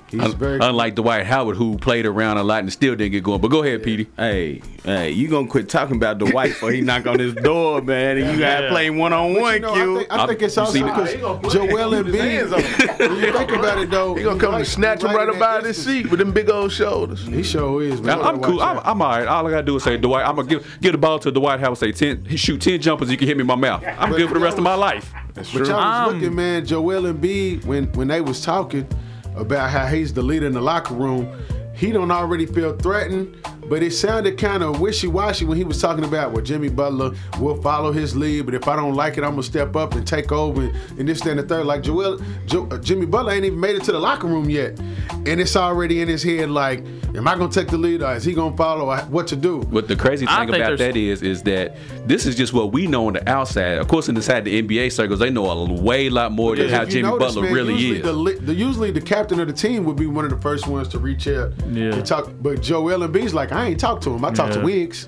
[SPEAKER 2] he's very.
[SPEAKER 1] Unlike Dwight Howard, who played around a lot and still didn't get going. But go ahead, Petey.
[SPEAKER 4] Hey, hey, you gonna quit talking about Dwight before he knock on his door, man, and you gotta
[SPEAKER 3] Yeah.
[SPEAKER 4] play one on
[SPEAKER 2] But
[SPEAKER 4] one,
[SPEAKER 2] you know,
[SPEAKER 4] Q.
[SPEAKER 2] I think, I think it's also
[SPEAKER 1] seen it.
[SPEAKER 2] because Joel Embiid. When you think about it, though,
[SPEAKER 5] He gonna come and snatch him right up out of his seat with them big old shoulders.
[SPEAKER 2] He sure is, man.
[SPEAKER 1] I'm, I'm cool. I'm, I'm all right. All I gotta do is say Dwight. I'm gonna give give the ball to Dwight Howard. Say ten. He shoot ten jumpers. You can hit me in my mouth. I'm
[SPEAKER 2] But
[SPEAKER 1] good for the rest of my life.
[SPEAKER 5] That's
[SPEAKER 2] But y'all was
[SPEAKER 3] Um,
[SPEAKER 2] looking, man. Joel Embiid, when when they was talking about how he's the leader in the locker room, he don't already feel threatened. But it sounded kind of wishy-washy when he was talking about, well, Jimmy Butler will follow his lead, but if I don't like it, I'm gonna step up and take over and, and this, that, and the third. Like Joel, jo- uh, Jimmy Butler ain't even made it to the locker room yet, and it's already in his head like, am I gonna take the lead or is he gonna follow? Or What to do?
[SPEAKER 1] What the crazy
[SPEAKER 3] I
[SPEAKER 1] thing
[SPEAKER 3] think
[SPEAKER 1] about
[SPEAKER 3] there's-
[SPEAKER 1] that is, is that this is just what we know on the outside. Of course, inside the NBA circles, they know a way lot more than
[SPEAKER 2] Because
[SPEAKER 1] how
[SPEAKER 2] if you
[SPEAKER 1] Jimmy
[SPEAKER 2] notice,
[SPEAKER 1] Butler
[SPEAKER 2] man,
[SPEAKER 1] really
[SPEAKER 2] usually
[SPEAKER 1] is.
[SPEAKER 2] The, li- the- usually the captain of the team would be one of the first ones to reach out.
[SPEAKER 3] Yeah.
[SPEAKER 2] and talk, but Joel Embiid's like, I ain't talked to him. I talked to
[SPEAKER 3] Yeah.
[SPEAKER 2] Wiggs,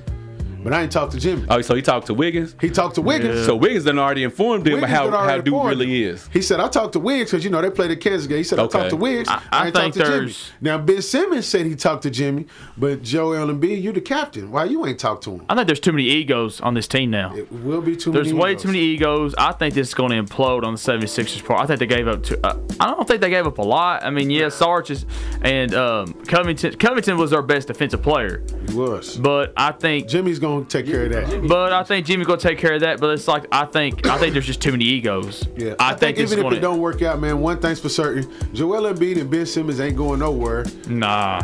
[SPEAKER 2] but I ain't talked to Jimmy.
[SPEAKER 1] oh, so he talked to Wiggins.
[SPEAKER 2] He talked to Wiggins.
[SPEAKER 1] So Wiggins done already informed him
[SPEAKER 2] Wiggins
[SPEAKER 1] how
[SPEAKER 2] had already
[SPEAKER 1] how dude
[SPEAKER 2] informed
[SPEAKER 1] really
[SPEAKER 2] him.
[SPEAKER 1] is.
[SPEAKER 2] He said, I talked to Wiggs because, you know, they played the Kansas game. He said, I
[SPEAKER 1] Okay.
[SPEAKER 2] talked to Wiggs.
[SPEAKER 3] I-
[SPEAKER 2] I,
[SPEAKER 3] I
[SPEAKER 2] ain't talked
[SPEAKER 3] think
[SPEAKER 2] to Jimmy.
[SPEAKER 3] there's-
[SPEAKER 2] Now, Ben Simmons said he talked to Jimmy, but Joel Embiid, you the captain. Why you ain't talked to him?
[SPEAKER 3] I think there's too many egos on this team now.
[SPEAKER 2] It will be too
[SPEAKER 3] There's
[SPEAKER 2] many.
[SPEAKER 3] way
[SPEAKER 2] egos.
[SPEAKER 3] too many egos. I think this is going to implode on the 76ers part. I think they gave up to. Uh, I don't think they gave up a lot. I mean, yeah, Sarge is, and um, Covington. Covington was our best defensive player,
[SPEAKER 2] He was.
[SPEAKER 3] but I think.
[SPEAKER 2] Jimmy's going to take care of that.
[SPEAKER 3] But I think Jimmy gonna take care of that. But it's like I think I think there's just too many egos.
[SPEAKER 2] Yeah,
[SPEAKER 3] I, think, it's
[SPEAKER 2] even if
[SPEAKER 3] gonna.
[SPEAKER 2] it don't work out, man, one thing's for certain: Joel Embiid and Ben Simmons ain't going nowhere.
[SPEAKER 3] nah,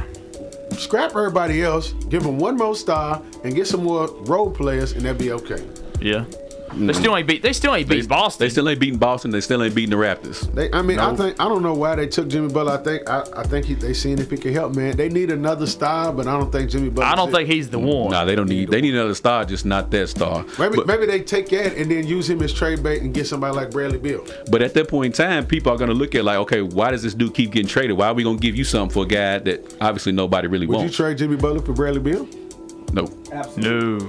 [SPEAKER 2] Scrap everybody else, give them one more star, and get some more role players, and that'd be okay.
[SPEAKER 3] yeah. They still ain't beat. They still ain't beat Boston.
[SPEAKER 1] Mm. They still ain't beating Boston. They still ain't beating the Raptors.
[SPEAKER 2] They, I mean, I think I don't know why they took Jimmy Butler. I think I, I think he, they seen if he could help, man. They need another style, but I don't think Jimmy Butler.
[SPEAKER 3] I don't think he's the one.
[SPEAKER 1] Nah, they don't need. They need another star, just not that star.
[SPEAKER 2] Maybe,
[SPEAKER 1] But-
[SPEAKER 2] maybe they take that and then use him as trade bait and get somebody like Bradley Bill.
[SPEAKER 1] But at that point in time, people are going to look at like, okay, why does this dude keep getting traded? Why are we going to give you something for a guy that obviously nobody really
[SPEAKER 2] Would you
[SPEAKER 1] wants?
[SPEAKER 2] trade Jimmy Butler for Bradley Bill?
[SPEAKER 1] no.
[SPEAKER 3] No.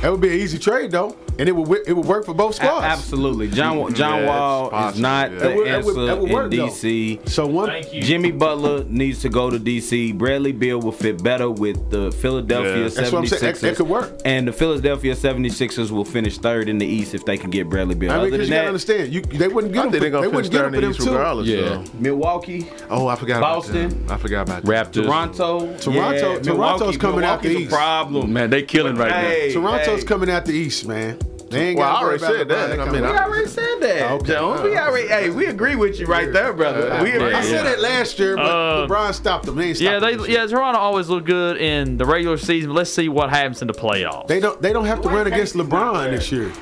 [SPEAKER 2] That would be an easy trade though, and it would wi- it would work for both
[SPEAKER 4] A-
[SPEAKER 2] squads.
[SPEAKER 4] absolutely. John John
[SPEAKER 5] Yeah,
[SPEAKER 4] Wall
[SPEAKER 5] it's possible,
[SPEAKER 4] is not
[SPEAKER 5] yeah.
[SPEAKER 4] the
[SPEAKER 2] That would- that
[SPEAKER 4] answer
[SPEAKER 2] would- that would work,
[SPEAKER 4] in
[SPEAKER 2] though.
[SPEAKER 4] DC.
[SPEAKER 2] So one,
[SPEAKER 3] Thank you.
[SPEAKER 4] Jimmy Butler needs to go to DC. Bradley Bill will fit better with the Philadelphia
[SPEAKER 5] Yeah.
[SPEAKER 4] 76ers.
[SPEAKER 2] That's what I'm saying. That- that could work.
[SPEAKER 4] And the Philadelphia 76ers will finish third in the East if they can get Bradley Bill.
[SPEAKER 2] I mean,
[SPEAKER 4] Other
[SPEAKER 2] because
[SPEAKER 4] than
[SPEAKER 2] you gotta
[SPEAKER 4] that,
[SPEAKER 2] understand, you they wouldn't
[SPEAKER 5] I
[SPEAKER 2] get him.
[SPEAKER 5] think
[SPEAKER 2] For,
[SPEAKER 5] they're
[SPEAKER 2] they
[SPEAKER 5] gonna finish
[SPEAKER 2] wouldn't get
[SPEAKER 5] third
[SPEAKER 2] him
[SPEAKER 5] in
[SPEAKER 2] for
[SPEAKER 5] the
[SPEAKER 2] them
[SPEAKER 5] East
[SPEAKER 2] too.
[SPEAKER 5] regardless.
[SPEAKER 1] Yeah.
[SPEAKER 5] so.
[SPEAKER 4] Milwaukee,
[SPEAKER 5] Oh, I forgot
[SPEAKER 4] Boston.
[SPEAKER 5] about them. I forgot about them.
[SPEAKER 1] Raptors.
[SPEAKER 4] Toronto,
[SPEAKER 2] Toronto-
[SPEAKER 4] yeah,
[SPEAKER 2] Toronto's
[SPEAKER 4] Milwaukee-
[SPEAKER 2] coming out the
[SPEAKER 4] Milwaukee's a
[SPEAKER 2] East.
[SPEAKER 4] problem.
[SPEAKER 1] Man, they killing right
[SPEAKER 4] Hey,
[SPEAKER 2] Toronto's
[SPEAKER 4] hey.
[SPEAKER 2] coming out the East, man. They ain't
[SPEAKER 5] Well,
[SPEAKER 2] gotta
[SPEAKER 5] I
[SPEAKER 2] worry
[SPEAKER 5] already
[SPEAKER 2] about
[SPEAKER 5] said
[SPEAKER 2] LeBron.
[SPEAKER 5] that.
[SPEAKER 2] They
[SPEAKER 5] I
[SPEAKER 2] come
[SPEAKER 5] mean,
[SPEAKER 4] We
[SPEAKER 2] out.
[SPEAKER 5] I-
[SPEAKER 4] already said that,
[SPEAKER 2] Okay.
[SPEAKER 4] Jones. We already, hey, we agree with you right there, brother. we agree.
[SPEAKER 2] I said
[SPEAKER 4] Yeah.
[SPEAKER 2] it last year, but
[SPEAKER 3] Uh,
[SPEAKER 2] LeBron stopped them. They ain't
[SPEAKER 3] Yeah,
[SPEAKER 2] stopping
[SPEAKER 3] they
[SPEAKER 2] them.
[SPEAKER 3] yeah Toronto always look good in the regular season. But let's see what happens in the playoffs.
[SPEAKER 2] They don't. They don't have to
[SPEAKER 4] Dwayne
[SPEAKER 2] run against
[SPEAKER 4] Casey's not
[SPEAKER 2] LeBron
[SPEAKER 4] there.
[SPEAKER 2] this year.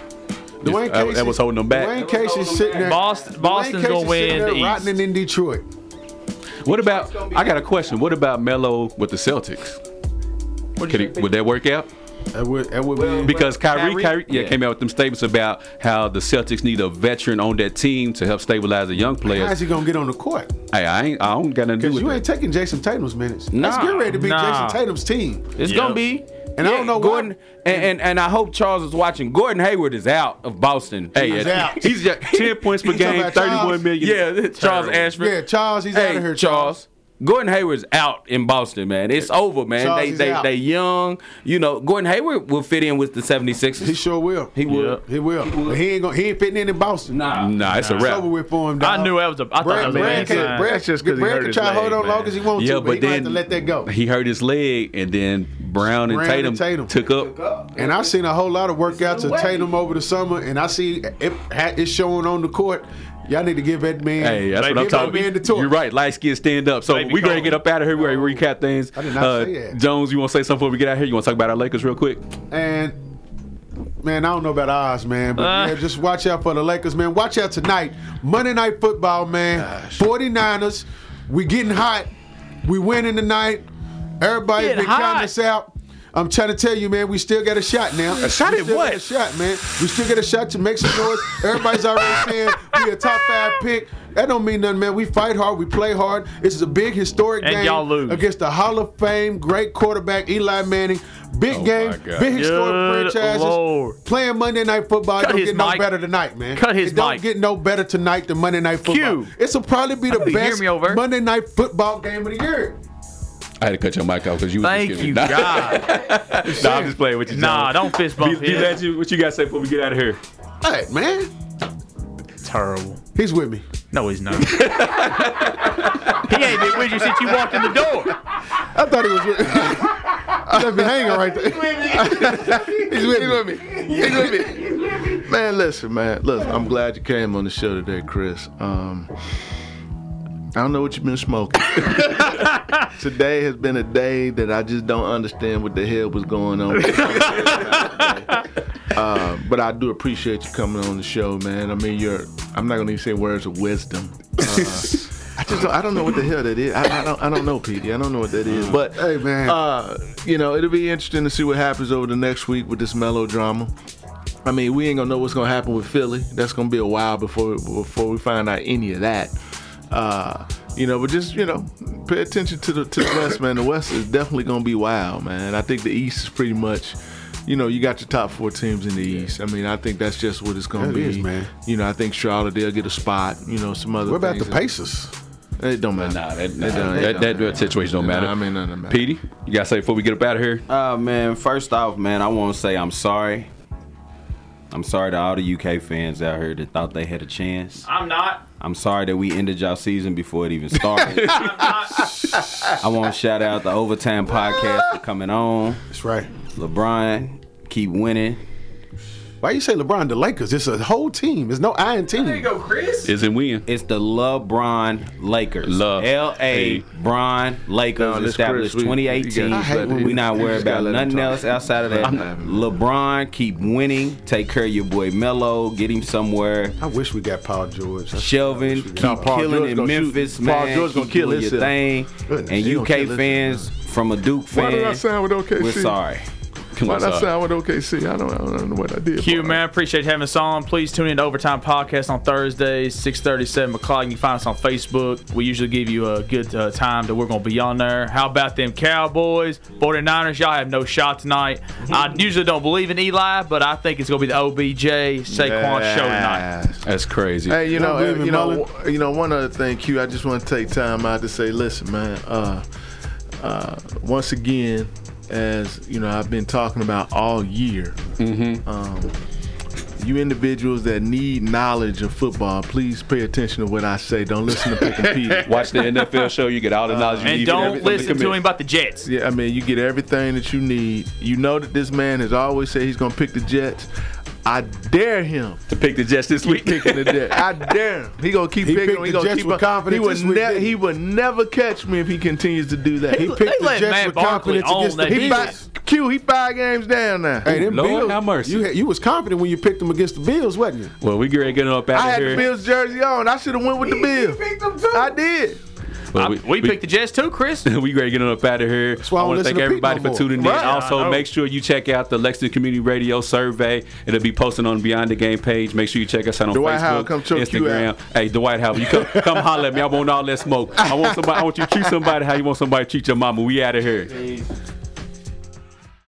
[SPEAKER 2] Dwayne
[SPEAKER 1] that-
[SPEAKER 2] Casey,
[SPEAKER 1] that was holding them back.
[SPEAKER 2] Dwayne
[SPEAKER 1] That
[SPEAKER 4] was
[SPEAKER 2] Casey's
[SPEAKER 4] holding
[SPEAKER 2] sitting
[SPEAKER 4] them
[SPEAKER 2] there.
[SPEAKER 4] back.
[SPEAKER 3] Boston-
[SPEAKER 2] Dwayne
[SPEAKER 3] Boston's gonna
[SPEAKER 2] Casey's sitting
[SPEAKER 3] win the
[SPEAKER 2] there Rotting
[SPEAKER 3] East.
[SPEAKER 2] in Detroit.
[SPEAKER 1] there. What about? I got a question. What about Melo with the Celtics? Could he, would that work out?
[SPEAKER 2] That would. That would be.
[SPEAKER 4] Well,
[SPEAKER 1] Because Kyrie, Kyrie,
[SPEAKER 4] Kyrie-
[SPEAKER 1] yeah,
[SPEAKER 4] yeah.
[SPEAKER 1] came out with them statements about how the Celtics need a veteran on that team to help stabilize the young
[SPEAKER 2] How's
[SPEAKER 1] players.
[SPEAKER 2] he gonna get on the court?
[SPEAKER 1] Hey, I ain't, I don't got nothing to do
[SPEAKER 2] Because
[SPEAKER 1] with
[SPEAKER 2] you
[SPEAKER 1] that.
[SPEAKER 2] ain't taking Jason Tatum's minutes.
[SPEAKER 4] Nah,
[SPEAKER 2] That's get ready to be
[SPEAKER 3] nah.
[SPEAKER 2] Jason Tatum's team.
[SPEAKER 4] It's
[SPEAKER 3] Yep.
[SPEAKER 4] gonna be.
[SPEAKER 2] And I don't know why-
[SPEAKER 4] Gordon and, and and I hope Charles is watching. Gordon Hayward is out of Boston.
[SPEAKER 1] Hey,
[SPEAKER 2] He's
[SPEAKER 1] yeah,
[SPEAKER 2] out.
[SPEAKER 1] he's got ten points per
[SPEAKER 2] You talking
[SPEAKER 1] game,
[SPEAKER 2] about
[SPEAKER 1] thirty-one
[SPEAKER 2] Charles?
[SPEAKER 1] million.
[SPEAKER 4] yeah, this- Charles
[SPEAKER 3] Terrible.
[SPEAKER 4] Ashford.
[SPEAKER 2] Yeah, Charles, he's
[SPEAKER 4] hey,
[SPEAKER 2] out of here.
[SPEAKER 4] Charles. Gordon Hayward's out in Boston, man. It's over, man.
[SPEAKER 2] Charles,
[SPEAKER 4] they
[SPEAKER 2] he's
[SPEAKER 4] they
[SPEAKER 2] out.
[SPEAKER 4] they young. You know, Gordon Hayward will fit in with the 76ers.
[SPEAKER 2] He sure will.
[SPEAKER 4] He will.
[SPEAKER 2] He will. But he ain't gonna. He ain't fitting in in Boston.
[SPEAKER 4] Nah.
[SPEAKER 1] Nah, it's a
[SPEAKER 2] It's
[SPEAKER 1] wrap.
[SPEAKER 2] over with for him.
[SPEAKER 3] I
[SPEAKER 2] dawg.
[SPEAKER 3] knew that was a. I
[SPEAKER 2] Brad,
[SPEAKER 3] thought that
[SPEAKER 2] Brad,
[SPEAKER 3] was a bad
[SPEAKER 2] can,
[SPEAKER 3] sign.
[SPEAKER 2] Brad,
[SPEAKER 5] That's just 'cause he
[SPEAKER 2] Brad
[SPEAKER 5] hurt
[SPEAKER 2] can
[SPEAKER 5] his
[SPEAKER 2] try to hold
[SPEAKER 5] leg,
[SPEAKER 2] on long
[SPEAKER 5] man.
[SPEAKER 2] as he wants
[SPEAKER 1] Yeah,
[SPEAKER 2] to, but,
[SPEAKER 1] but
[SPEAKER 2] he might
[SPEAKER 1] then
[SPEAKER 2] have to let that go.
[SPEAKER 1] He hurt his leg, and then Brown and,
[SPEAKER 2] Brown and
[SPEAKER 1] Tatum,
[SPEAKER 2] Tatum.
[SPEAKER 1] took up.
[SPEAKER 2] And I've seen a whole lot of workouts of
[SPEAKER 4] way.
[SPEAKER 2] Tatum over the summer, and I see it, ha- it's showing on the court. Y'all need to give that man.
[SPEAKER 1] Hey, that's
[SPEAKER 3] Baby
[SPEAKER 1] what I'm
[SPEAKER 2] give
[SPEAKER 1] talking
[SPEAKER 2] that man the
[SPEAKER 1] about.
[SPEAKER 2] torch.
[SPEAKER 1] You're right. Light skin stand up. So
[SPEAKER 3] Baby
[SPEAKER 1] we going to
[SPEAKER 3] Kobe.
[SPEAKER 1] get up out of here. We're going to recap things.
[SPEAKER 2] I did not
[SPEAKER 1] Uh,
[SPEAKER 2] say that.
[SPEAKER 1] Jones, you want to say something before we get out of here? You want to talk about our Lakers real quick?
[SPEAKER 2] And man, I don't know about Oz, man, but
[SPEAKER 3] Uh.
[SPEAKER 2] yeah, just watch out for the Lakers, man. Watch out tonight, Monday Night Football, man. 49ers, we getting hot. We winning tonight. Everybody's
[SPEAKER 3] Getting
[SPEAKER 2] been counting
[SPEAKER 3] hot.
[SPEAKER 2] us out. I'm trying to tell you, man, we still got a shot now. A
[SPEAKER 1] shot at what?
[SPEAKER 2] A shot, man. We still got a shot to make some noise. Everybody's already saying we a top five pick. That don't mean nothing, man. We fight hard. We play hard. This is a big historic
[SPEAKER 3] And
[SPEAKER 2] game
[SPEAKER 3] y'all lose.
[SPEAKER 2] against the Hall of Fame great quarterback Eli Manning. Big
[SPEAKER 1] Oh,
[SPEAKER 2] game,
[SPEAKER 1] my God.
[SPEAKER 2] big historic
[SPEAKER 3] Good
[SPEAKER 2] franchises.
[SPEAKER 3] Lord.
[SPEAKER 2] Playing Monday Night Football. It
[SPEAKER 3] Cut
[SPEAKER 2] don't
[SPEAKER 3] his
[SPEAKER 2] get no
[SPEAKER 3] mic.
[SPEAKER 2] better tonight, man.
[SPEAKER 3] Cut his
[SPEAKER 2] it don't
[SPEAKER 3] mic.
[SPEAKER 2] get no better tonight than Monday Night Football.
[SPEAKER 3] Q.
[SPEAKER 2] It'll probably be the
[SPEAKER 3] you hear
[SPEAKER 2] best
[SPEAKER 3] me over.
[SPEAKER 2] Monday Night Football game of the year.
[SPEAKER 1] I had to cut your mic off because you was
[SPEAKER 3] Thank
[SPEAKER 1] just
[SPEAKER 3] you,
[SPEAKER 1] kidding. Nah.
[SPEAKER 3] God.
[SPEAKER 1] Nah, I'm just playing with you.
[SPEAKER 3] nah,
[SPEAKER 1] Jones.
[SPEAKER 3] don't fist bump
[SPEAKER 1] Be, be
[SPEAKER 3] him.
[SPEAKER 1] legend. What you got to say before we get out of here?
[SPEAKER 2] Hey, man.
[SPEAKER 3] Terrible.
[SPEAKER 2] He's with me.
[SPEAKER 3] No, he's not. he ain't been with you since you walked in the door.
[SPEAKER 2] I thought he was with me. I've been hanging right there. He's with me.
[SPEAKER 5] He's with me. Man, listen, man. Look, I'm glad you came on the show today, Chris. Um, I don't know what you've been smoking. today has been a day that I just don't understand what the hell was going on. uh, but I do appreciate you coming on the show, man. I mean, you're. I'm not gonna even say words of wisdom. Uh, I just don't, I don't know what the hell that is. I, I don't I don't know, PD. I don't know what that is. But
[SPEAKER 2] Mm. Hey, man.
[SPEAKER 5] uh, you know, it'll be interesting to see what happens over the next week with this melodrama. I mean, we ain't gonna know what's gonna happen with Philly. That's gonna be a while before before we find out any of that. Uh, you know, but just you know, pay attention to the to the West, man. The West is definitely gonna be wild, man. I think the East is pretty much, you know, you got your top four teams in the East. I mean, I think that's just what it's gonna
[SPEAKER 2] That
[SPEAKER 5] be,
[SPEAKER 2] is, man.
[SPEAKER 5] You know, I think Charlotte they'll get a spot. You know, some other.
[SPEAKER 2] What about the
[SPEAKER 5] things.
[SPEAKER 2] Pacers?
[SPEAKER 5] It don't matter.
[SPEAKER 1] Nah, that,
[SPEAKER 5] It
[SPEAKER 1] nah,
[SPEAKER 5] don't-
[SPEAKER 1] that,
[SPEAKER 5] it don't
[SPEAKER 1] that,
[SPEAKER 5] matter.
[SPEAKER 1] that situation don't
[SPEAKER 5] Nah,
[SPEAKER 1] matter.
[SPEAKER 5] I mean, none of that.
[SPEAKER 1] Petey, you got to say before we get up out of here?
[SPEAKER 4] Uh, man, first off, man, I want to say I'm sorry. I'm sorry to all the UK fans out here that thought they had a chance.
[SPEAKER 3] I'm not.
[SPEAKER 4] I'm sorry that we ended y'all season before it even started.
[SPEAKER 3] I'm not.
[SPEAKER 4] I want to shout out the Overtime Podcast for coming on.
[SPEAKER 2] That's right.
[SPEAKER 4] LeBron, keep winning.
[SPEAKER 2] Why you say LeBron the Lakers? It's a whole team. It's no I in team.
[SPEAKER 3] go, Chris.
[SPEAKER 1] Is it win?
[SPEAKER 4] It's the LeBron Lakers.
[SPEAKER 1] Love.
[SPEAKER 4] L A
[SPEAKER 1] Hey.
[SPEAKER 4] Bron Lakers
[SPEAKER 5] No, this
[SPEAKER 4] established
[SPEAKER 5] Chris, we- you
[SPEAKER 4] 2018.
[SPEAKER 5] gotta
[SPEAKER 2] I hate when
[SPEAKER 4] we
[SPEAKER 2] we-
[SPEAKER 4] not
[SPEAKER 5] you
[SPEAKER 4] worried
[SPEAKER 5] just gotta
[SPEAKER 4] about
[SPEAKER 5] let him
[SPEAKER 4] nothing
[SPEAKER 5] talk.
[SPEAKER 4] else outside of that.
[SPEAKER 5] Let him have it, man.
[SPEAKER 4] LeBron keep winning. Take care of your boy Melo. Get him somewhere.
[SPEAKER 2] I wish we got Paul George. That's- I
[SPEAKER 4] Shelvin
[SPEAKER 2] wish we
[SPEAKER 4] keep
[SPEAKER 2] got Paul.
[SPEAKER 4] killing
[SPEAKER 5] George
[SPEAKER 4] in
[SPEAKER 5] gonna shoot.
[SPEAKER 4] Memphis,
[SPEAKER 5] Paul
[SPEAKER 4] man.
[SPEAKER 5] George
[SPEAKER 4] keep
[SPEAKER 5] gonna kill
[SPEAKER 4] doing your
[SPEAKER 5] himself.
[SPEAKER 4] thing.
[SPEAKER 2] Goodness,
[SPEAKER 4] and
[SPEAKER 5] he gonna kill
[SPEAKER 4] UK
[SPEAKER 5] himself.
[SPEAKER 4] fans from a Duke fan.
[SPEAKER 5] Why did I sign with OKC?
[SPEAKER 4] We're sorry.
[SPEAKER 1] Come
[SPEAKER 5] Why
[SPEAKER 1] on,
[SPEAKER 5] did I
[SPEAKER 1] sorry.
[SPEAKER 5] sign with OKC? I don't, I don't know what I did.
[SPEAKER 3] Q
[SPEAKER 5] boy.
[SPEAKER 3] man, appreciate having us on. Please tune in to Overtime Podcast on Thursdays, 637 o'clock. You can find us on Facebook. We usually give you a good uh, time that we're going to be on there. How about them Cowboys, 49ers? Y'all have no shot tonight. I usually don't believe in Eli, but I think it's going to be the OBJ Saquon show tonight.
[SPEAKER 5] Yes.
[SPEAKER 1] That's crazy.
[SPEAKER 5] Hey, you
[SPEAKER 2] Don't
[SPEAKER 5] know,
[SPEAKER 2] believe
[SPEAKER 5] uh,
[SPEAKER 2] in
[SPEAKER 5] you know,
[SPEAKER 2] Mullen.
[SPEAKER 5] w- you know. One other thing, Q. I just want to take time out to say, listen, man. Uh, uh, once again, as you know, I've been talking about all year.
[SPEAKER 1] Mm-hmm.
[SPEAKER 5] Um, you individuals that need knowledge of football, please pay attention to what I say. Don't listen to pick and Pete.
[SPEAKER 1] Watch the NFL show. You get all the knowledge you
[SPEAKER 3] And
[SPEAKER 1] need.
[SPEAKER 3] don't listen to
[SPEAKER 1] commit.
[SPEAKER 3] him about the Jets.
[SPEAKER 5] Yeah, I mean, you get everything that you need. You know that this man has always said he's gonna pick the Jets. I dare him
[SPEAKER 1] to pick the Jets this week.
[SPEAKER 5] picking the Jets. I dare him. He gonna keep
[SPEAKER 2] He
[SPEAKER 5] picking.
[SPEAKER 2] picked
[SPEAKER 5] him. He
[SPEAKER 2] the
[SPEAKER 5] gonna
[SPEAKER 2] Jets
[SPEAKER 5] keep
[SPEAKER 2] with
[SPEAKER 5] on-
[SPEAKER 2] confidence
[SPEAKER 5] He would
[SPEAKER 2] this week,
[SPEAKER 5] never.
[SPEAKER 2] didn't he?
[SPEAKER 5] He would never catch me if he continues to do that.
[SPEAKER 2] He
[SPEAKER 5] He,
[SPEAKER 2] picked
[SPEAKER 3] they
[SPEAKER 2] the
[SPEAKER 3] let
[SPEAKER 2] Jets
[SPEAKER 3] Matt
[SPEAKER 2] with
[SPEAKER 3] Barkley
[SPEAKER 2] confidence against
[SPEAKER 3] own
[SPEAKER 2] the
[SPEAKER 3] that
[SPEAKER 5] he
[SPEAKER 2] Bills.
[SPEAKER 5] five, Q. He five games down now.
[SPEAKER 2] Hey, them
[SPEAKER 1] Lord,
[SPEAKER 2] Bills.
[SPEAKER 1] have mercy.
[SPEAKER 2] You, had, you was confident when you picked them against the Bills, wasn't you?
[SPEAKER 1] well, we get getting up
[SPEAKER 5] I
[SPEAKER 1] out
[SPEAKER 5] had
[SPEAKER 1] of
[SPEAKER 5] the
[SPEAKER 1] here.
[SPEAKER 5] Bills jersey on. I should have went with the Bills. I did.
[SPEAKER 1] Well,
[SPEAKER 3] I- we, picked the Jets too, Chris.
[SPEAKER 1] we great getting up out of here.
[SPEAKER 2] why I
[SPEAKER 1] I want to
[SPEAKER 2] don't
[SPEAKER 1] thank
[SPEAKER 2] listen to
[SPEAKER 1] everybody
[SPEAKER 2] Pete no
[SPEAKER 1] for
[SPEAKER 2] more.
[SPEAKER 1] tuning in.
[SPEAKER 5] Right. I
[SPEAKER 1] also,
[SPEAKER 5] know.
[SPEAKER 1] make sure you check out the Lexington Community Radio survey. It'll be posted on the Beyond the Game page. Make sure you check us out on
[SPEAKER 5] Dwight
[SPEAKER 1] Facebook,
[SPEAKER 5] Howard, come choke you
[SPEAKER 1] Instagram.
[SPEAKER 5] out.
[SPEAKER 1] Hey, Dwight Howard, you come come holler at me. I want all that smoke. I want somebody. I want you to treat somebody how you want somebody to treat your mama. We out of here.